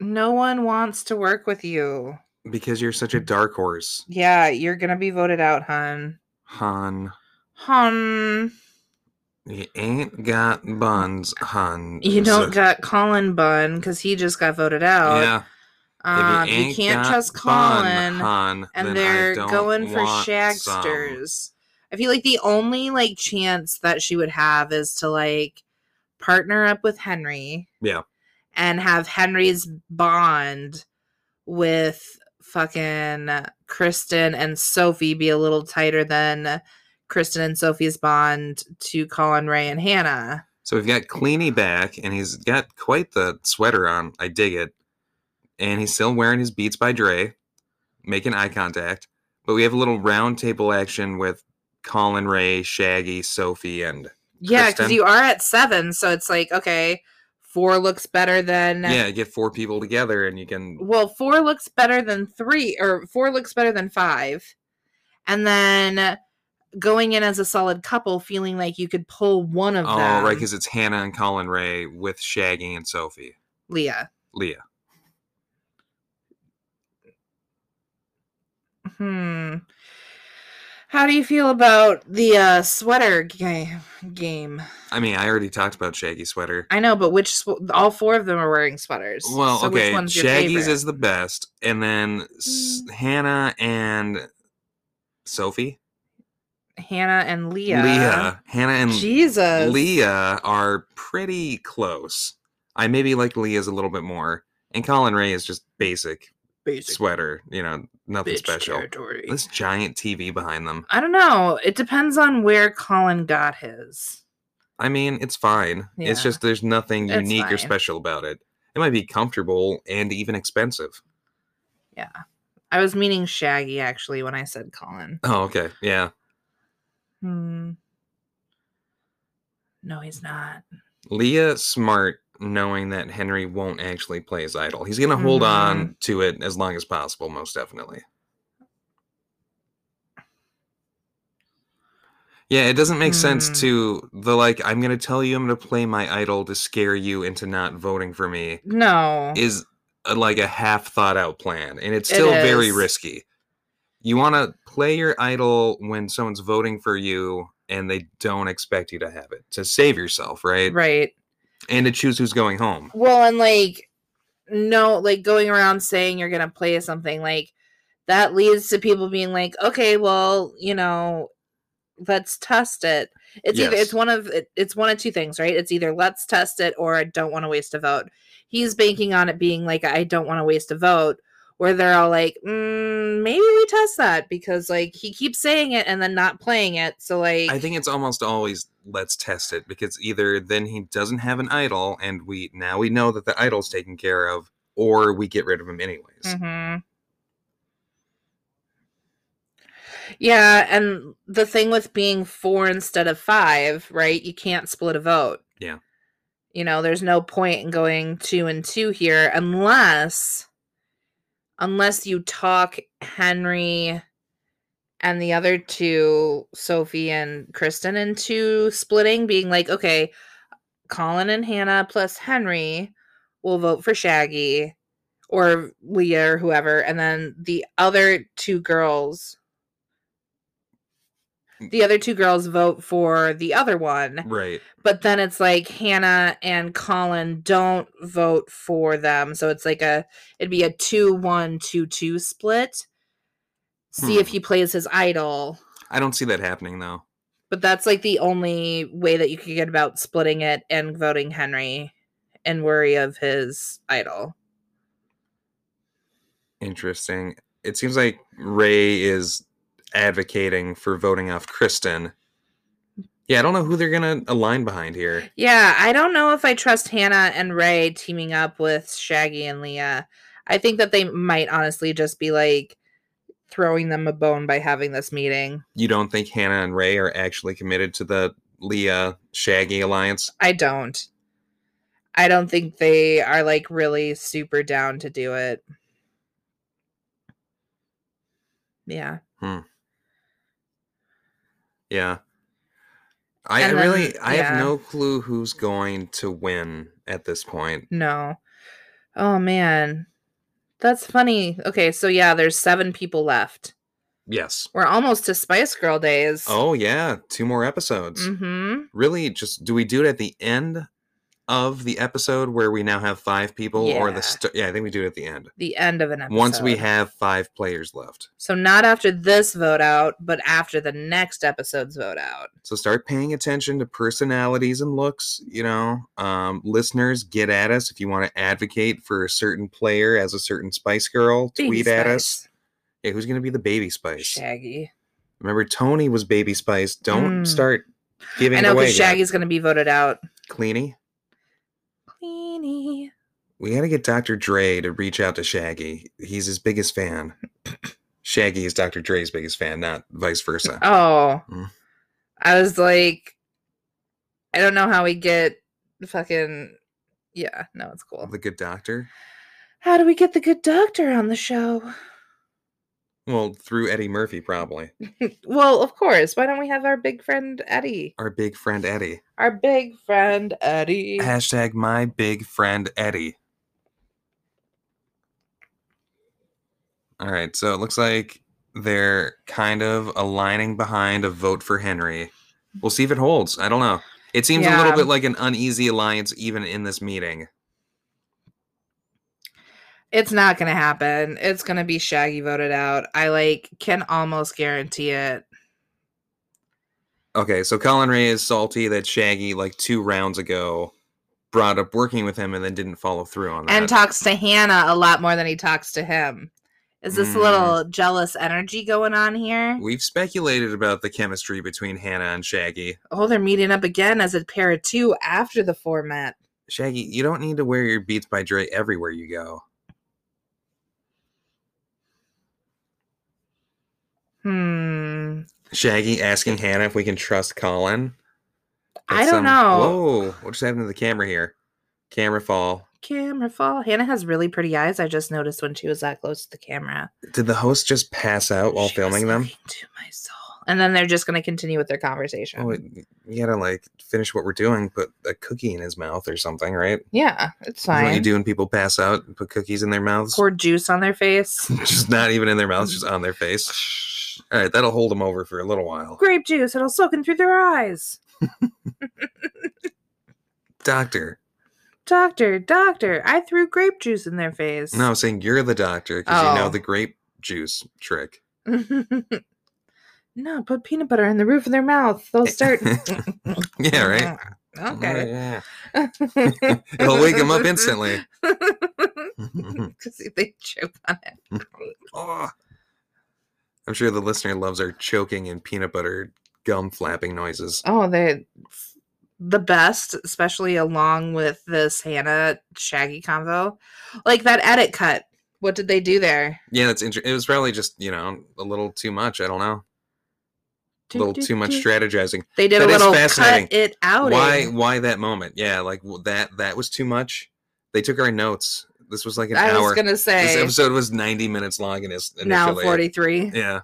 Speaker 2: no one wants to work with you.
Speaker 1: Because you're such a dark horse,
Speaker 2: Yeah, you're going to be voted out, hun.
Speaker 1: hun.
Speaker 2: Hun.
Speaker 1: You ain't got buns, hun.
Speaker 2: You don't
Speaker 1: So-
Speaker 2: got Colin Bun because he just got voted out.
Speaker 1: yeah. If
Speaker 2: Um, you,
Speaker 1: ain't
Speaker 2: can't
Speaker 1: got
Speaker 2: trust
Speaker 1: bun,
Speaker 2: Colin,
Speaker 1: hun, then I
Speaker 2: and they're
Speaker 1: don't
Speaker 2: going for
Speaker 1: want some.
Speaker 2: shagsters. I feel like the only like chance that she would have is to like partner up with Henry.
Speaker 1: Yeah.
Speaker 2: And have Henry's bond with fucking Kristen and Sophie be a little tighter than Kristen and Sophie's bond to Colin Ray and Hannah.
Speaker 1: So we've got Cleany back, and he's got quite the sweater on. I dig it. And he's still wearing his Beats by Dre, making eye contact. But we have a little round table action with Colin Ray, Shaggy, Sophie, and
Speaker 2: Yeah, because
Speaker 1: Kristen.
Speaker 2: you are at seven, so it's like okay, four looks better than
Speaker 1: yeah, you get four people together, and you can
Speaker 2: Well, four looks better than three, or four looks better than five, and then going in as a solid couple, feeling like you could pull one of
Speaker 1: oh
Speaker 2: them.
Speaker 1: right because it's Hannah and Colin Ray with Shaggy and Sophie,
Speaker 2: Leah.
Speaker 1: Leah.
Speaker 2: Hmm. How do you feel about the uh, sweater game? Game.
Speaker 1: I mean, I already talked about Shaggy sweater.
Speaker 2: I know, but which sw- all four of them are wearing sweaters.
Speaker 1: Well,
Speaker 2: So
Speaker 1: okay,
Speaker 2: Which one's your
Speaker 1: Shaggy's
Speaker 2: favorite? Mm.
Speaker 1: is the best, and then s- Hannah and Sophie.
Speaker 2: Hannah and Leah.
Speaker 1: Leah, Hannah, and
Speaker 2: Jesus.
Speaker 1: Leah are pretty close. I maybe like Leah's a little bit more, and Colin Ray is just basic
Speaker 2: Basic
Speaker 1: sweater. You know, nothing
Speaker 2: bitch
Speaker 1: special.
Speaker 2: territory.
Speaker 1: This giant TV behind them.
Speaker 2: I don't know. It depends on where Colin got his.
Speaker 1: I mean, it's fine. It's
Speaker 2: Yeah.
Speaker 1: just there's nothing
Speaker 2: It's
Speaker 1: unique or
Speaker 2: fine.
Speaker 1: special about it. It might be comfortable and even expensive.
Speaker 2: I was meaning Shaggy actually when I said Colin.
Speaker 1: Oh, okay, yeah.
Speaker 2: Hmm. No, he's not.
Speaker 1: Leah smart knowing that Henry won't actually play his idol. He's gonna hold
Speaker 2: Mhm.
Speaker 1: on to it as long as possible, most definitely. Yeah, it doesn't make sense
Speaker 2: Hmm.
Speaker 1: to the like, I'm gonna tell you I'm gonna play my idol to scare you into not voting for me
Speaker 2: No.
Speaker 1: is a, like a half thought out plan, and it's
Speaker 2: It
Speaker 1: still very
Speaker 2: is.
Speaker 1: risky. You wanna play your idol when someone's voting for you and they don't expect you to have it to save yourself, right?
Speaker 2: right.
Speaker 1: And to choose who's going home.
Speaker 2: Well, and like, no, like going around saying you're gonna play something like that leads to people being like, okay, well, you know, let's test it. It's either
Speaker 1: Yes.
Speaker 2: it's one of it, it's one of two things, right? It's either let's test it or I don't want to waste a vote. He's banking on it being like I don't want to waste a vote. Where they're all like, mm, maybe we test that because like he keeps saying it and then not playing it. So like,
Speaker 1: I think it's almost always let's test it because either then he doesn't have an idol and we now we know that the idol's taken care of, or we get rid of him anyways.
Speaker 2: hmm Yeah, and the thing with being four instead of five, right? You can't split a vote.
Speaker 1: Yeah.
Speaker 2: You know, there's no point in going two and two here unless unless you talk Henry and the other two, Sophie and Kristen, into splitting, being like, okay, Colin and Hannah plus Henry will vote for Shaggy or Leah or whoever, and then the other two girls. The other two girls vote for the other one,
Speaker 1: Right.
Speaker 2: but then it's like Hannah and Colin don't vote for them, so it's like a it'd be a two one two two split. See if
Speaker 1: Hmm.
Speaker 2: he plays his idol,
Speaker 1: I don't see that happening though.
Speaker 2: but that's like the only way that you could get about splitting it and voting Henry and worry of his idol.
Speaker 1: Interesting. It seems like Ray is advocating for voting off Kristen. Yeah, I don't know who they're gonna align behind here.
Speaker 2: Yeah, I don't know if I trust Hannah and Ray teaming up with Shaggy and Leah. I think that they might honestly just be like throwing them a bone by having this meeting.
Speaker 1: You don't think Hannah and Ray are actually committed to the Leah Shaggy alliance?
Speaker 2: I don't. I don't think they are like really super down to do it. Yeah.
Speaker 1: Yeah. I, I
Speaker 2: And then-
Speaker 1: really I have
Speaker 2: yeah.
Speaker 1: no clue who's going to win at this point.
Speaker 2: No. Oh man. That's funny. Okay, so yeah, there's seven people left.
Speaker 1: Yes.
Speaker 2: We're almost to Spice Girl days.
Speaker 1: Oh yeah, two more episodes.
Speaker 2: Mm-hmm.
Speaker 1: Really just do we do it at the end of the episode where we now have 5 people or
Speaker 2: Yeah.
Speaker 1: the st- Yeah, I think we do it at the end.
Speaker 2: The end of an episode.
Speaker 1: Once we have 5 players left.
Speaker 2: So not after this vote out, but after the next episode's vote out.
Speaker 1: So start paying attention to personalities and looks, you know. Um, listeners, get at us if you want to advocate for a certain player as a certain Spice Girl.
Speaker 2: Baby
Speaker 1: Tweet at us.
Speaker 2: Spice.
Speaker 1: Yeah, who's going to be the baby Spice?
Speaker 2: Shaggy.
Speaker 1: Remember, Tony was Baby Spice. Don't
Speaker 2: Mm.
Speaker 1: start giving
Speaker 2: I know
Speaker 1: away.
Speaker 2: because
Speaker 1: yet.
Speaker 2: Shaggy's gonna be voted out.
Speaker 1: Cleanie,
Speaker 2: Queenie.
Speaker 1: we got to get Dr. Dre to reach out to Shaggy. He's his biggest fan. Shaggy is Dr. Dre's biggest fan, not vice versa.
Speaker 2: Oh.
Speaker 1: Mm.
Speaker 2: I was like, I don't know how we get fucking yeah, no, it's cool.
Speaker 1: The good doctor.
Speaker 2: How do we get the good doctor on the show?
Speaker 1: Well, through Eddie Murphy, probably.
Speaker 2: Well, of course. Why don't we have our big friend Eddie?
Speaker 1: Our big friend Eddie.
Speaker 2: Our big friend Eddie.
Speaker 1: Hashtag my big friend Eddie. All right, so it looks like they're kind of aligning behind a vote for Henry. We'll see if it holds. I don't know. It seems a
Speaker 2: Yeah.
Speaker 1: little bit like an uneasy alliance, even in this meeting.
Speaker 2: It's not gonna happen. It's gonna be Shaggy voted out. I like can almost guarantee it.
Speaker 1: Okay, so Colin Ray is salty that Shaggy, like two rounds ago, brought up working with him and then didn't follow through on that.
Speaker 2: And talks to Hannah a lot more than he talks to him. Is this
Speaker 1: Mm.
Speaker 2: little jealous energy going on here?
Speaker 1: We've speculated about the chemistry between Hannah and Shaggy.
Speaker 2: Oh, they're meeting up again as a pair of two after the format.
Speaker 1: Shaggy, you don't need to wear your Beats by Dre everywhere you go.
Speaker 2: Hmm.
Speaker 1: Shaggy asking Hannah if we can trust Colin.
Speaker 2: I don't know.
Speaker 1: Whoa, what just happened to the camera here? Camera fall.
Speaker 2: Camera fall. Hannah has really pretty eyes. I just noticed when she was that close to the camera.
Speaker 1: Did the host just pass out Oh, while
Speaker 2: She was
Speaker 1: filming them?
Speaker 2: looking To my soul. And then they're just going to continue with their conversation.
Speaker 1: Oh, wait, you gotta like finish what we're doing, put a cookie in his mouth or something, right?
Speaker 2: yeah, it's
Speaker 1: Isn't What you
Speaker 2: fine.
Speaker 1: do when people pass out, put cookies in their mouths.
Speaker 2: Pour juice on their face.
Speaker 1: just not even in their mouths, just on their face. All right, that'll hold them over for a little while.
Speaker 2: Grape juice, it'll soak in through their eyes.
Speaker 1: Doctor.
Speaker 2: Doctor, doctor, I threw grape juice in their face.
Speaker 1: No, I'm saying you're the doctor because you know
Speaker 2: Oh.
Speaker 1: the grape juice trick.
Speaker 2: no, put peanut butter in the roof of their mouth. They'll start.
Speaker 1: Yeah, right?
Speaker 2: Okay.
Speaker 1: Yeah.
Speaker 2: It'll
Speaker 1: It'll wake them up instantly. Hmm.
Speaker 2: Because they choke on it.
Speaker 1: oh. I'm sure the listener loves our choking and peanut butter gum flapping noises.
Speaker 2: Oh, they the best, especially along with this Hannah Shaggy convo. Like that edit cut. What did they do there?
Speaker 1: Yeah, that's interesting. It was probably just, you know, a little too much. I don't know. A little too much strategizing.
Speaker 2: They did
Speaker 1: That
Speaker 2: a
Speaker 1: is
Speaker 2: little
Speaker 1: fascinating.
Speaker 2: cut it out.
Speaker 1: Why why that moment? Yeah, like w- that that was too much. They took our notes. This was like an
Speaker 2: I
Speaker 1: hour.
Speaker 2: was gonna
Speaker 1: This
Speaker 2: say
Speaker 1: episode was 90 minutes long in its initially.
Speaker 2: now forty three.
Speaker 1: Yeah.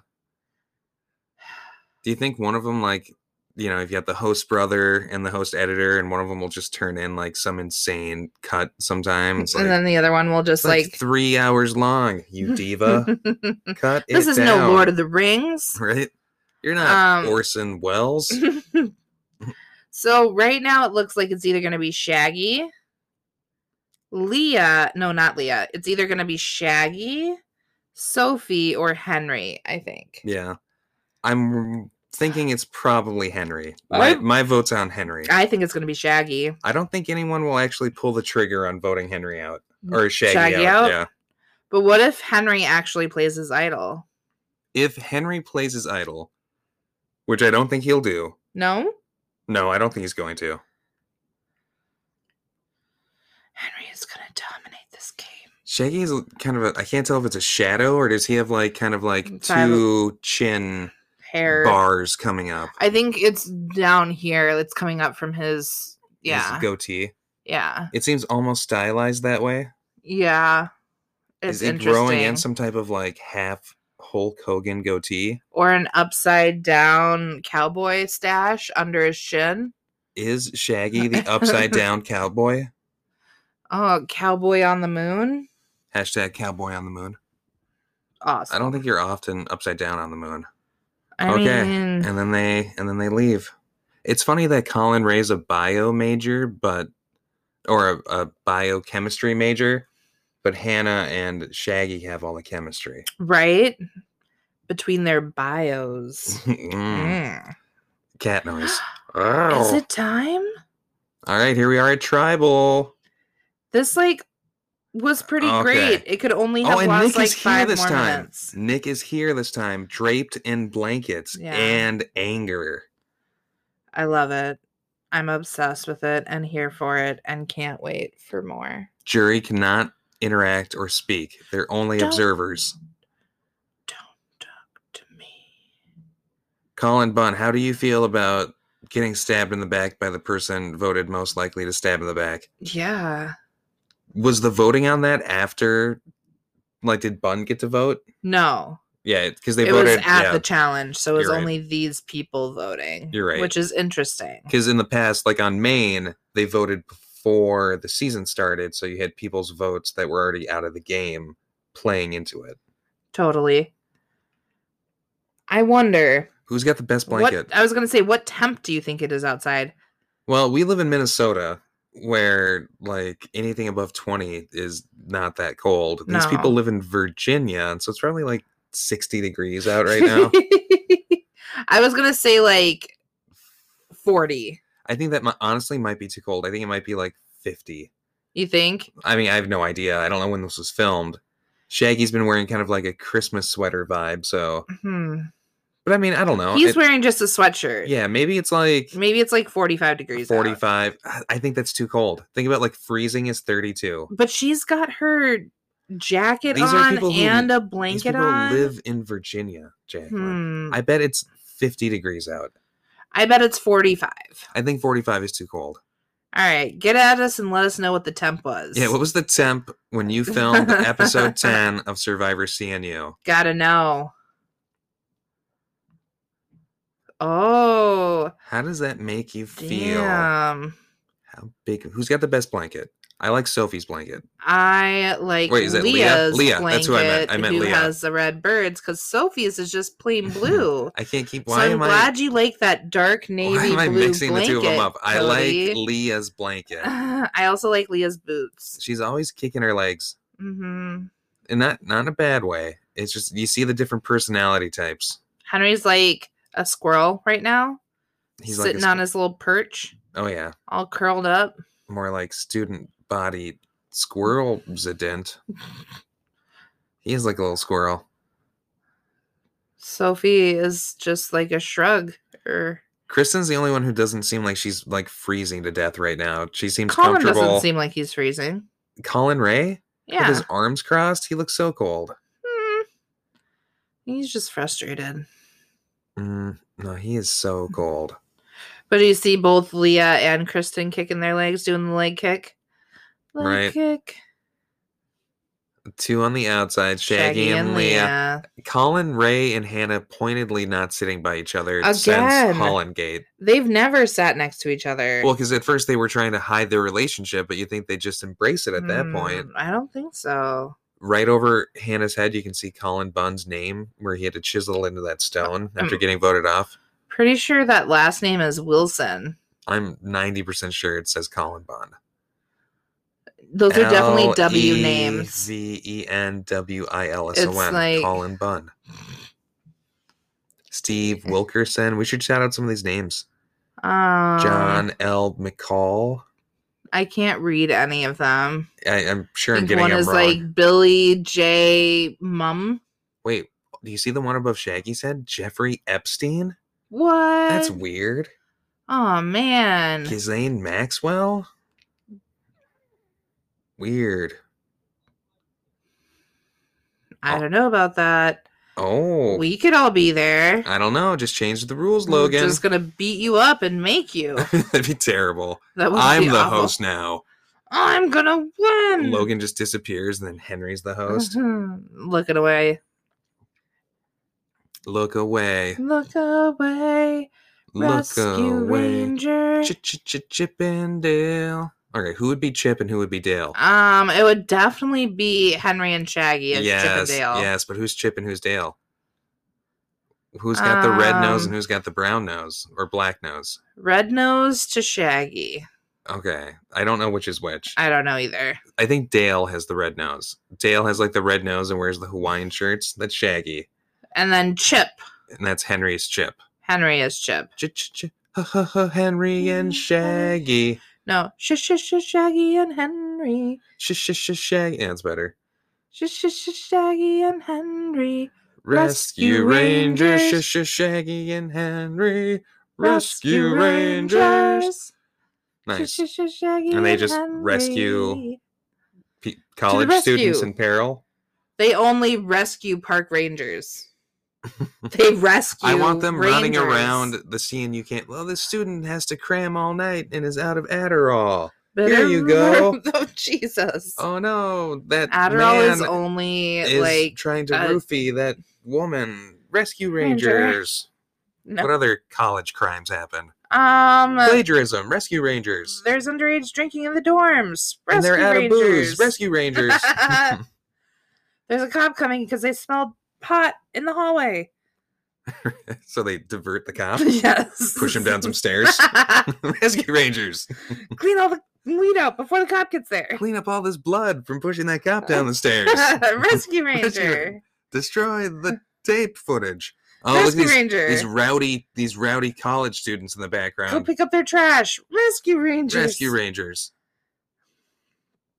Speaker 1: Do you think one of them, like, you know, you've got the host brother and the host editor, and one of them will just turn in like some insane cut sometime? It's like,
Speaker 2: Mm, and then the other one will
Speaker 1: it's
Speaker 2: just
Speaker 1: like,
Speaker 2: like,
Speaker 1: three hours long, you diva. cut it
Speaker 2: this is no
Speaker 1: down,
Speaker 2: Lord of the Rings.
Speaker 1: right? You're not
Speaker 2: Um,
Speaker 1: Orson Welles.
Speaker 2: so right now it looks like it's either going to be Shaggy, Leah. No, not Leah. It's either going to be Shaggy, Sophie, or Henry. I think.
Speaker 1: yeah, I'm thinking it's probably Henry. My,
Speaker 2: I-
Speaker 1: my vote's on Henry. I,
Speaker 2: I think it's going to be Shaggy.
Speaker 1: don't think anyone will actually pull the trigger on voting Henry out or Shaggy,
Speaker 2: Mm, Shaggy
Speaker 1: out.
Speaker 2: out?
Speaker 1: Yeah,
Speaker 2: But what if Henry actually plays his idol?
Speaker 1: if Henry plays his idol, which I don't think he'll do,
Speaker 2: No,
Speaker 1: No, I don't think he's going to.
Speaker 2: Henry is going to dominate this game.
Speaker 1: Shaggy is a- kind of a. I can't tell if it's a shadow or does he have like kind of like
Speaker 2: Mm, Side-
Speaker 1: two chin
Speaker 2: Hair.
Speaker 1: bars coming up?
Speaker 2: I think it's down here. It's coming up from his.
Speaker 1: His
Speaker 2: Yeah.
Speaker 1: goatee.
Speaker 2: Yeah.
Speaker 1: It seems almost stylized that way.
Speaker 2: Yeah.
Speaker 1: Is
Speaker 2: It's
Speaker 1: he
Speaker 2: interesting.
Speaker 1: growing in some type of like half Hulk Hogan goatee?
Speaker 2: or an upside down cowboy stash under his shin.
Speaker 1: Is Shaggy the upside down cowboy?
Speaker 2: Oh, cowboy on the moon.
Speaker 1: Hashtag cowboy on the moon.
Speaker 2: Awesome.
Speaker 1: I don't think you're often upside down on the moon.
Speaker 2: I
Speaker 1: okay.
Speaker 2: mean,
Speaker 1: And then they and then they leave. It's funny that Colin Ray's a bio major, but or a, a biochemistry major, but Hannah and Shaggy have all the chemistry.
Speaker 2: right between their bios.
Speaker 1: Mm,
Speaker 2: Mm.
Speaker 1: Cat noise.
Speaker 2: Is
Speaker 1: Ow.
Speaker 2: it time?
Speaker 1: All right, here we are at tribal.
Speaker 2: This like was pretty
Speaker 1: Okay.
Speaker 2: great. It could only
Speaker 1: Oh,
Speaker 2: have
Speaker 1: and Nick
Speaker 2: lost
Speaker 1: is
Speaker 2: like
Speaker 1: here
Speaker 2: five
Speaker 1: this
Speaker 2: more
Speaker 1: time.
Speaker 2: minutes.
Speaker 1: Nick is here this time, draped in blankets
Speaker 2: Yeah.
Speaker 1: and anger.
Speaker 2: I love it. I'm obsessed with it and here for it and can't wait for more.
Speaker 1: Jury cannot interact or speak. They're only
Speaker 2: Don't-
Speaker 1: observers.
Speaker 2: Don't talk to me.
Speaker 1: Colin Bunn, how do you feel about getting stabbed in the back by the person voted most likely to stab in the back?
Speaker 2: Yeah.
Speaker 1: Was the voting on that after? Like, did Bunn get to vote?
Speaker 2: No.
Speaker 1: Yeah, because they
Speaker 2: it
Speaker 1: voted.
Speaker 2: was at
Speaker 1: yeah,
Speaker 2: the challenge, so it was
Speaker 1: You're right.
Speaker 2: only these people voting.
Speaker 1: You're right.
Speaker 2: Which is interesting.
Speaker 1: because in the past, like on Maine, they voted before the season started, so you had people's votes that were already out of the game playing into it.
Speaker 2: Totally. I wonder
Speaker 1: Who's got the best blanket?
Speaker 2: what I was gonna say, what temp do you think it is outside?
Speaker 1: Well, we live in Minnesota where like anything above 20 is not that cold. These people
Speaker 2: No.
Speaker 1: live in Virginia, and so it's probably like 60 degrees out right now.
Speaker 2: I was gonna say like forty.
Speaker 1: I think that mi- honestly might be too cold. I think it might be like 50.
Speaker 2: You think?
Speaker 1: I mean, I have no idea. I don't know when this was filmed. Shaggy's been wearing kind of like a Christmas sweater vibe, so
Speaker 2: Hmm.
Speaker 1: but I mean, I don't know.
Speaker 2: He's
Speaker 1: It-
Speaker 2: wearing just a sweatshirt.
Speaker 1: yeah, maybe it's like
Speaker 2: Maybe it's like forty-five degrees. out.
Speaker 1: 45. I- I think that's too cold. Think about like freezing is 32.
Speaker 2: But she's got her jacket
Speaker 1: These are
Speaker 2: on
Speaker 1: people who-
Speaker 2: and a
Speaker 1: These
Speaker 2: blanket
Speaker 1: people
Speaker 2: on.
Speaker 1: live in Virginia, Jacqueline.
Speaker 2: hmm.
Speaker 1: I bet it's 50 degrees out.
Speaker 2: I bet it's forty-five.
Speaker 1: I think 45 is too cold.
Speaker 2: All right, get at us and let us know what the temp was.
Speaker 1: Yeah, what was the temp when you filmed episode 10 of Survivor CNU?
Speaker 2: gotta know. Oh,
Speaker 1: How does that make you feel?
Speaker 2: damn!
Speaker 1: How big? Who's got the best blanket? I like Sophie's blanket.
Speaker 2: I like
Speaker 1: Wait, is that Leah?
Speaker 2: Leah's
Speaker 1: Leah,
Speaker 2: blanket
Speaker 1: that's who I meant. I meant
Speaker 2: who
Speaker 1: Leah.
Speaker 2: has the red birds because Sophie's is just plain blue.
Speaker 1: I can't keep.
Speaker 2: so
Speaker 1: Why
Speaker 2: I'm
Speaker 1: am I?
Speaker 2: glad you like that dark navy
Speaker 1: Why am I
Speaker 2: blue
Speaker 1: mixing
Speaker 2: blanket,
Speaker 1: the two of them up? I like
Speaker 2: Cody.
Speaker 1: Leah's blanket.
Speaker 2: I also like Leah's boots.
Speaker 1: She's always kicking her legs,
Speaker 2: hmm
Speaker 1: and not not in a bad way. It's just you see the different personality types.
Speaker 2: Henry's like a squirrel right now,
Speaker 1: He's
Speaker 2: sitting
Speaker 1: like
Speaker 2: on
Speaker 1: a,
Speaker 2: his little perch,
Speaker 1: on. Oh yeah,
Speaker 2: all curled up.
Speaker 1: more like student
Speaker 2: Mm.
Speaker 1: body squirrel zident. He is like a little squirrel.
Speaker 2: Sophie is just like a shrug er, or
Speaker 1: Kristen's the only one who doesn't seem like she's like freezing to death right now. She seems
Speaker 2: Colin
Speaker 1: comfortable.
Speaker 2: doesn't seem like he's freezing.
Speaker 1: Colin Ray
Speaker 2: Yeah.
Speaker 1: with his arms crossed, he looks so cold.
Speaker 2: Mm. He's just frustrated.
Speaker 1: Mm, no, he is so cold.
Speaker 2: But you see both Leah and Kristen kicking their legs, doing the leg kick. Leg
Speaker 1: Right.
Speaker 2: kick.
Speaker 1: Two on the outside, Shaggy, and, Leah. Colin Ray and Hannah pointedly not sitting by each other
Speaker 2: Again.
Speaker 1: since Hollingate.
Speaker 2: They've never sat next to each other.
Speaker 1: Well, because at first they were trying to hide their relationship, but you think they just embrace it at that point.
Speaker 2: Mm, I don't think so.
Speaker 1: Right over Hannah's head, you can see Colin Bunn's name where he had to chisel into that stone after
Speaker 2: um,
Speaker 1: getting voted off.
Speaker 2: Pretty sure that last name is Wilson.
Speaker 1: I'm 90% sure it says Colin Bunn.
Speaker 2: Those are definitely W
Speaker 1: L E
Speaker 2: names.
Speaker 1: V E N W I L S O
Speaker 2: It's
Speaker 1: N.
Speaker 2: like-
Speaker 1: Colin Bunn. Steve Wilkerson. We should shout out some of these names.
Speaker 2: Um,
Speaker 1: John L. McCall.
Speaker 2: I can't read any of them.
Speaker 1: I, I'm sure
Speaker 2: I
Speaker 1: I'm
Speaker 2: think
Speaker 1: getting
Speaker 2: one
Speaker 1: them
Speaker 2: is
Speaker 1: wrong.
Speaker 2: like Billy J. Mum.
Speaker 1: Wait, do you see the one above Shaggy's head? Jeffrey Epstein?
Speaker 2: What?
Speaker 1: That's weird.
Speaker 2: Oh man.
Speaker 1: Ghislaine Maxwell? Weird.
Speaker 2: I don't know about that.
Speaker 1: Oh.
Speaker 2: We could all be there.
Speaker 1: I don't know. Just changed the rules,
Speaker 2: We're
Speaker 1: Logan.
Speaker 2: just gonna beat you up and make you.
Speaker 1: That'd be terrible.
Speaker 2: That would
Speaker 1: I'm
Speaker 2: be
Speaker 1: the
Speaker 2: awful. Hmm.
Speaker 1: host now.
Speaker 2: I'm gonna win.
Speaker 1: Logan just disappears, and then Henry's the host.
Speaker 2: Looking away. Uh-huh.
Speaker 1: Look away,
Speaker 2: Look away.
Speaker 1: look
Speaker 2: Rescue
Speaker 1: away.
Speaker 2: Ranger.
Speaker 1: Ch- ch- ch- Chip and Dale. Okay, who would be Chip and who would be Dale?
Speaker 2: Um, it would definitely be Henry and Shaggy as
Speaker 1: yes,
Speaker 2: Chip and Dale.
Speaker 1: yes, but who's Chip and who's Dale? Who's got the red nose
Speaker 2: Um,
Speaker 1: and who's got the brown nose or black nose?
Speaker 2: Red nose to Shaggy.
Speaker 1: Okay, I don't know which is which.
Speaker 2: I don't know either.
Speaker 1: I think Dale has the red nose. Dale has like the red nose and wears the Hawaiian shirts. That's Shaggy,
Speaker 2: And then Chip.
Speaker 1: and that's Henry's Chip.
Speaker 2: Henry is Chip.
Speaker 1: Ch- ch- ch- Henry and
Speaker 2: Mm,
Speaker 1: Shaggy.
Speaker 2: No, sh sh sh Shaggy and Henry.
Speaker 1: Sh- sh- sh- Shaggy. Yeah, it's better.
Speaker 2: Sh sh sh Shaggy and Henry.
Speaker 1: Rescue
Speaker 2: Rescue
Speaker 1: Rangers,
Speaker 2: Rangers.
Speaker 1: sh- sh- Shaggy and Henry. Rescue Rangers. Nice.
Speaker 2: Sh- sh- sh- Shaggy
Speaker 1: And they just rescue
Speaker 2: Henry.
Speaker 1: P- college students
Speaker 2: rescue.
Speaker 1: in peril.
Speaker 2: They only rescue park rangers. They rescue.
Speaker 1: I want them running
Speaker 2: rangers.
Speaker 1: around the scene. You can't. Well, this student has to cram all night and is out of Adderall.
Speaker 2: But
Speaker 1: Here you go.
Speaker 2: oh Jesus!
Speaker 1: Oh no, that
Speaker 2: Adderall
Speaker 1: man
Speaker 2: is only
Speaker 1: is
Speaker 2: like
Speaker 1: trying to
Speaker 2: uh,
Speaker 1: roofie that woman. Rescue
Speaker 2: Ranger.
Speaker 1: Rangers. What
Speaker 2: no.
Speaker 1: other college crimes happen?
Speaker 2: Um,
Speaker 1: Plagiarism. Rescue Rangers.
Speaker 2: there's underage drinking in the dorms. Rescue
Speaker 1: And they're out
Speaker 2: rangers.
Speaker 1: of booze. Rescue Rangers.
Speaker 2: There's a cop coming because they smelled pot in the hallway.
Speaker 1: so they divert the cop,
Speaker 2: yes.
Speaker 1: Oh. push him down some stairs. Rescue Rangers
Speaker 2: Clean all the weed out before the cop gets there.
Speaker 1: clean up all this blood from pushing that cop down the stairs. Rescue
Speaker 2: Rescue Ranger.
Speaker 1: Destroy the tape footage. Oh, look at
Speaker 2: Rescue
Speaker 1: these,
Speaker 2: Ranger.
Speaker 1: these rowdy these rowdy college students in the
Speaker 2: Go
Speaker 1: background.
Speaker 2: pick up their trash. Rescue Rangers.
Speaker 1: Rescue Rangers.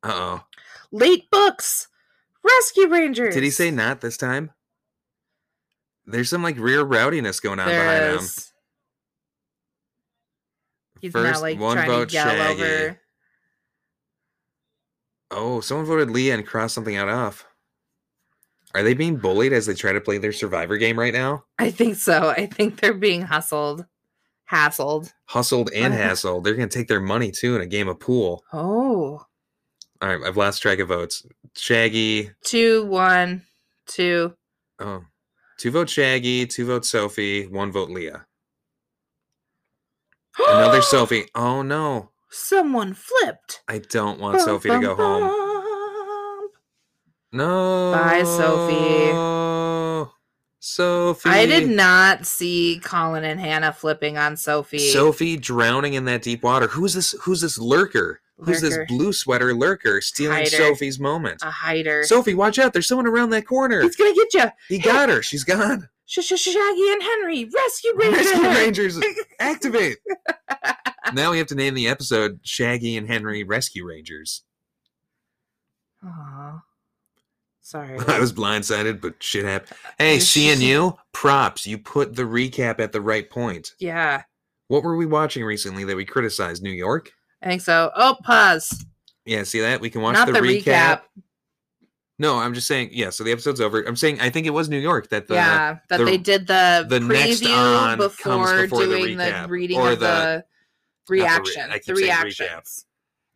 Speaker 1: Uh
Speaker 2: Late books. Rescue
Speaker 1: oh.
Speaker 2: Rangers.
Speaker 1: Did he say not this time? There's some like rear rowdiness going on
Speaker 2: There
Speaker 1: behind him.
Speaker 2: is. He's
Speaker 1: First,
Speaker 2: not like
Speaker 1: one
Speaker 2: trying
Speaker 1: vote
Speaker 2: to yell
Speaker 1: Shaggy.
Speaker 2: over.
Speaker 1: Oh, someone voted Leah and crossed something out off. Are they being bullied as they try to play their survivor game right now?
Speaker 2: I think so. I think they're being hustled, hassled.
Speaker 1: Hustled and hassled. They're going to take their money too in a game of pool.
Speaker 2: Oh,
Speaker 1: All right, I've lost track of votes. Shaggy.
Speaker 2: two, one, two.
Speaker 1: Oh, two vote Shaggy, two vote Sophie, one vote Leah. Another Sophie. Oh no.
Speaker 2: Someone flipped.
Speaker 1: I don't want Sophie to go home.
Speaker 2: home.
Speaker 1: No.
Speaker 2: Bye, Sophie.
Speaker 1: Sophie.
Speaker 2: I did not see Colin and Hannah flipping on Sophie.
Speaker 1: Sophie drowning in that deep water. Who's this? Who's this lurker? Who's this
Speaker 2: Lurker.
Speaker 1: blue sweater lurker stealing
Speaker 2: Hider.
Speaker 1: Sophie's moment?
Speaker 2: a hider?
Speaker 1: Sophie, watch out! There's someone around that corner.
Speaker 2: He's gonna get you.
Speaker 1: He got her. She's gone.
Speaker 2: Shaggy and Henry, rescue
Speaker 1: Rescue
Speaker 2: Ranger.
Speaker 1: Rangers, activate! now we have to name the episode Shaggy and Henry Rescue Rangers.
Speaker 2: Aw. Sorry.
Speaker 1: I was blindsided, but shit happened. Hey,
Speaker 2: You're just-
Speaker 1: CNU, props. You put the recap at the right point.
Speaker 2: Yeah,
Speaker 1: What were we watching recently that we criticized? New York?
Speaker 2: I think so. Oh, pause.
Speaker 1: Yeah, see that? We can watch
Speaker 2: Not
Speaker 1: the,
Speaker 2: the
Speaker 1: recap.
Speaker 2: recap.
Speaker 1: No, I'm just saying, yeah, so the episode's over. I'm saying I think it was New York that the
Speaker 2: yeah, that
Speaker 1: the-
Speaker 2: they did the,
Speaker 1: the
Speaker 2: preview
Speaker 1: next on comes
Speaker 2: before,
Speaker 1: before the
Speaker 2: doing the,
Speaker 1: recap,
Speaker 2: reading
Speaker 1: or
Speaker 2: of the,
Speaker 1: re-
Speaker 2: reaction.
Speaker 1: I keep
Speaker 2: the
Speaker 1: saying recap.
Speaker 2: reactions.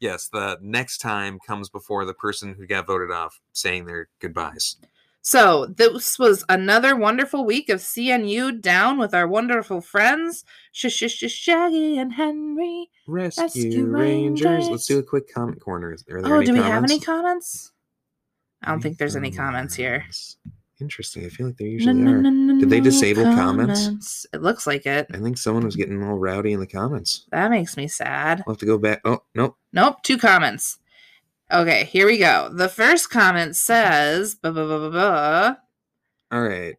Speaker 1: yes, the next time comes before the person who got voted off saying their goodbyes.
Speaker 2: So this was another wonderful week of CNU down with our wonderful friends Sh- sh- sh- Shaggy and Henry.
Speaker 1: Rescue,
Speaker 2: Rescue
Speaker 1: Rangers. Let's
Speaker 2: Rangers.
Speaker 1: do a quick comment corner. Are there
Speaker 2: Oh,
Speaker 1: any
Speaker 2: do we have
Speaker 1: comments?
Speaker 2: any comments? I don't think there's any comments here.
Speaker 1: comments. Interesting. I feel like there
Speaker 2: No,
Speaker 1: usually
Speaker 2: no,
Speaker 1: are.
Speaker 2: no, no,
Speaker 1: Did they
Speaker 2: no
Speaker 1: disable comments?
Speaker 2: It looks like it.
Speaker 1: I think someone was getting a little rowdy in the comments.
Speaker 2: That makes me sad.
Speaker 1: We'll have to go back. Oh, nope.
Speaker 2: Nope, two comments. Okay, here we go. The first comment says, "Buh, buh, buh, buh, buh."
Speaker 1: All right.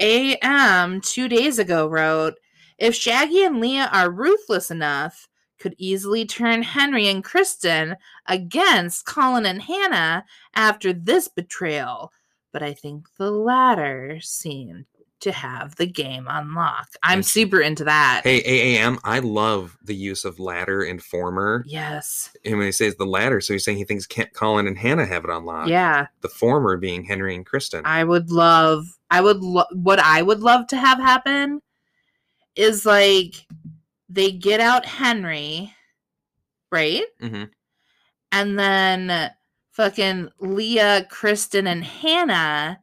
Speaker 2: AAM two days ago wrote If Shaggy and Leah are ruthless enough, could easily turn Henry and Kristen against Colin and Hannah after this betrayal. But I think the latter seem to have the game on lock. I'm
Speaker 1: Interesting.
Speaker 2: super into that.
Speaker 1: Hey, AAM, I love the use of latter and former.
Speaker 2: Yes.
Speaker 1: And when he says the latter, so he's saying he thinks Kent, Colin and Hannah have it on lock.
Speaker 2: Yeah.
Speaker 1: The former being Henry and Kristen.
Speaker 2: I would love I would lo- what I would love to have happen is like they get out Henry, right?
Speaker 1: hmm
Speaker 2: And then fucking Leah, Kristen and Hannah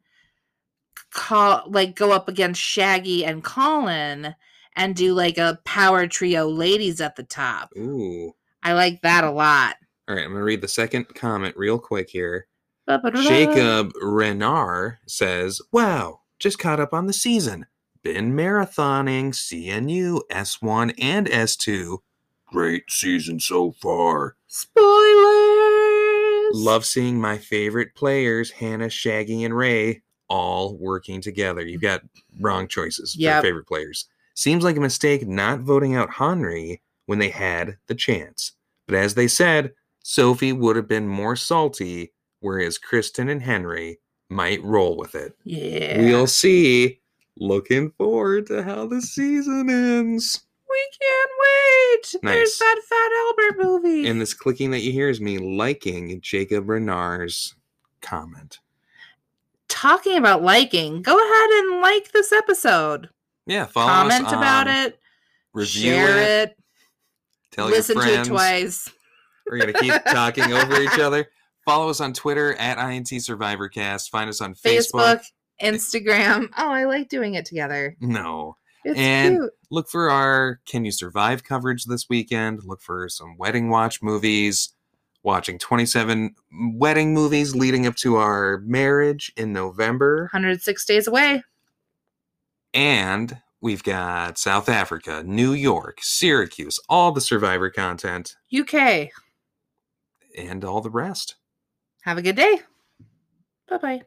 Speaker 2: call like go up against Shaggy and Colin and do like a power trio ladies at the top.
Speaker 1: Ooh.
Speaker 2: I like that a lot.
Speaker 1: All right. I'm going to read the second comment real quick here. Jacob Renard says, Wow, just caught up on the season. Been marathoning CNU S1 and S2. Great season so far.
Speaker 2: Spoilers.
Speaker 1: Love seeing my favorite players, Hannah, Shaggy, and Ray, all working together. You've got wrong choices for
Speaker 2: Yep.
Speaker 1: favorite players. Seems like a mistake not voting out Henry when they had the chance. But as they said, Sophie would have been more salty, whereas Kristen and Henry might roll with it.
Speaker 2: Yeah.
Speaker 1: We'll see. Looking forward to how the season ends.
Speaker 2: We can't wait.
Speaker 1: Nice.
Speaker 2: There's that Fat Albert movie.
Speaker 1: And this clicking that you hear is me liking Jacob Renard's comment.
Speaker 2: Talking about liking, go ahead and like this episode.
Speaker 1: Yeah, follow us
Speaker 2: Comment about
Speaker 1: on-
Speaker 2: it.
Speaker 1: review
Speaker 2: share
Speaker 1: it,
Speaker 2: it.
Speaker 1: tell
Speaker 2: listen
Speaker 1: your
Speaker 2: to it
Speaker 1: friends.
Speaker 2: twice.
Speaker 1: We're gonna keep talking over each other. Follow us on Twitter at INT Survivorcast. Find us on Facebook.
Speaker 2: Facebook, Instagram. Oh, I like doing it together.
Speaker 1: No.
Speaker 2: It's
Speaker 1: And-
Speaker 2: cute.
Speaker 1: Look for our Can You Survive coverage this weekend. Look for some wedding watch movies. Watching 27 wedding movies leading up to our marriage in November.
Speaker 2: 106 days away.
Speaker 1: And we've got South Africa, New York, Syracuse, all the survivor content,
Speaker 2: UK.
Speaker 1: and all the rest.
Speaker 2: Have a good day. Bye bye.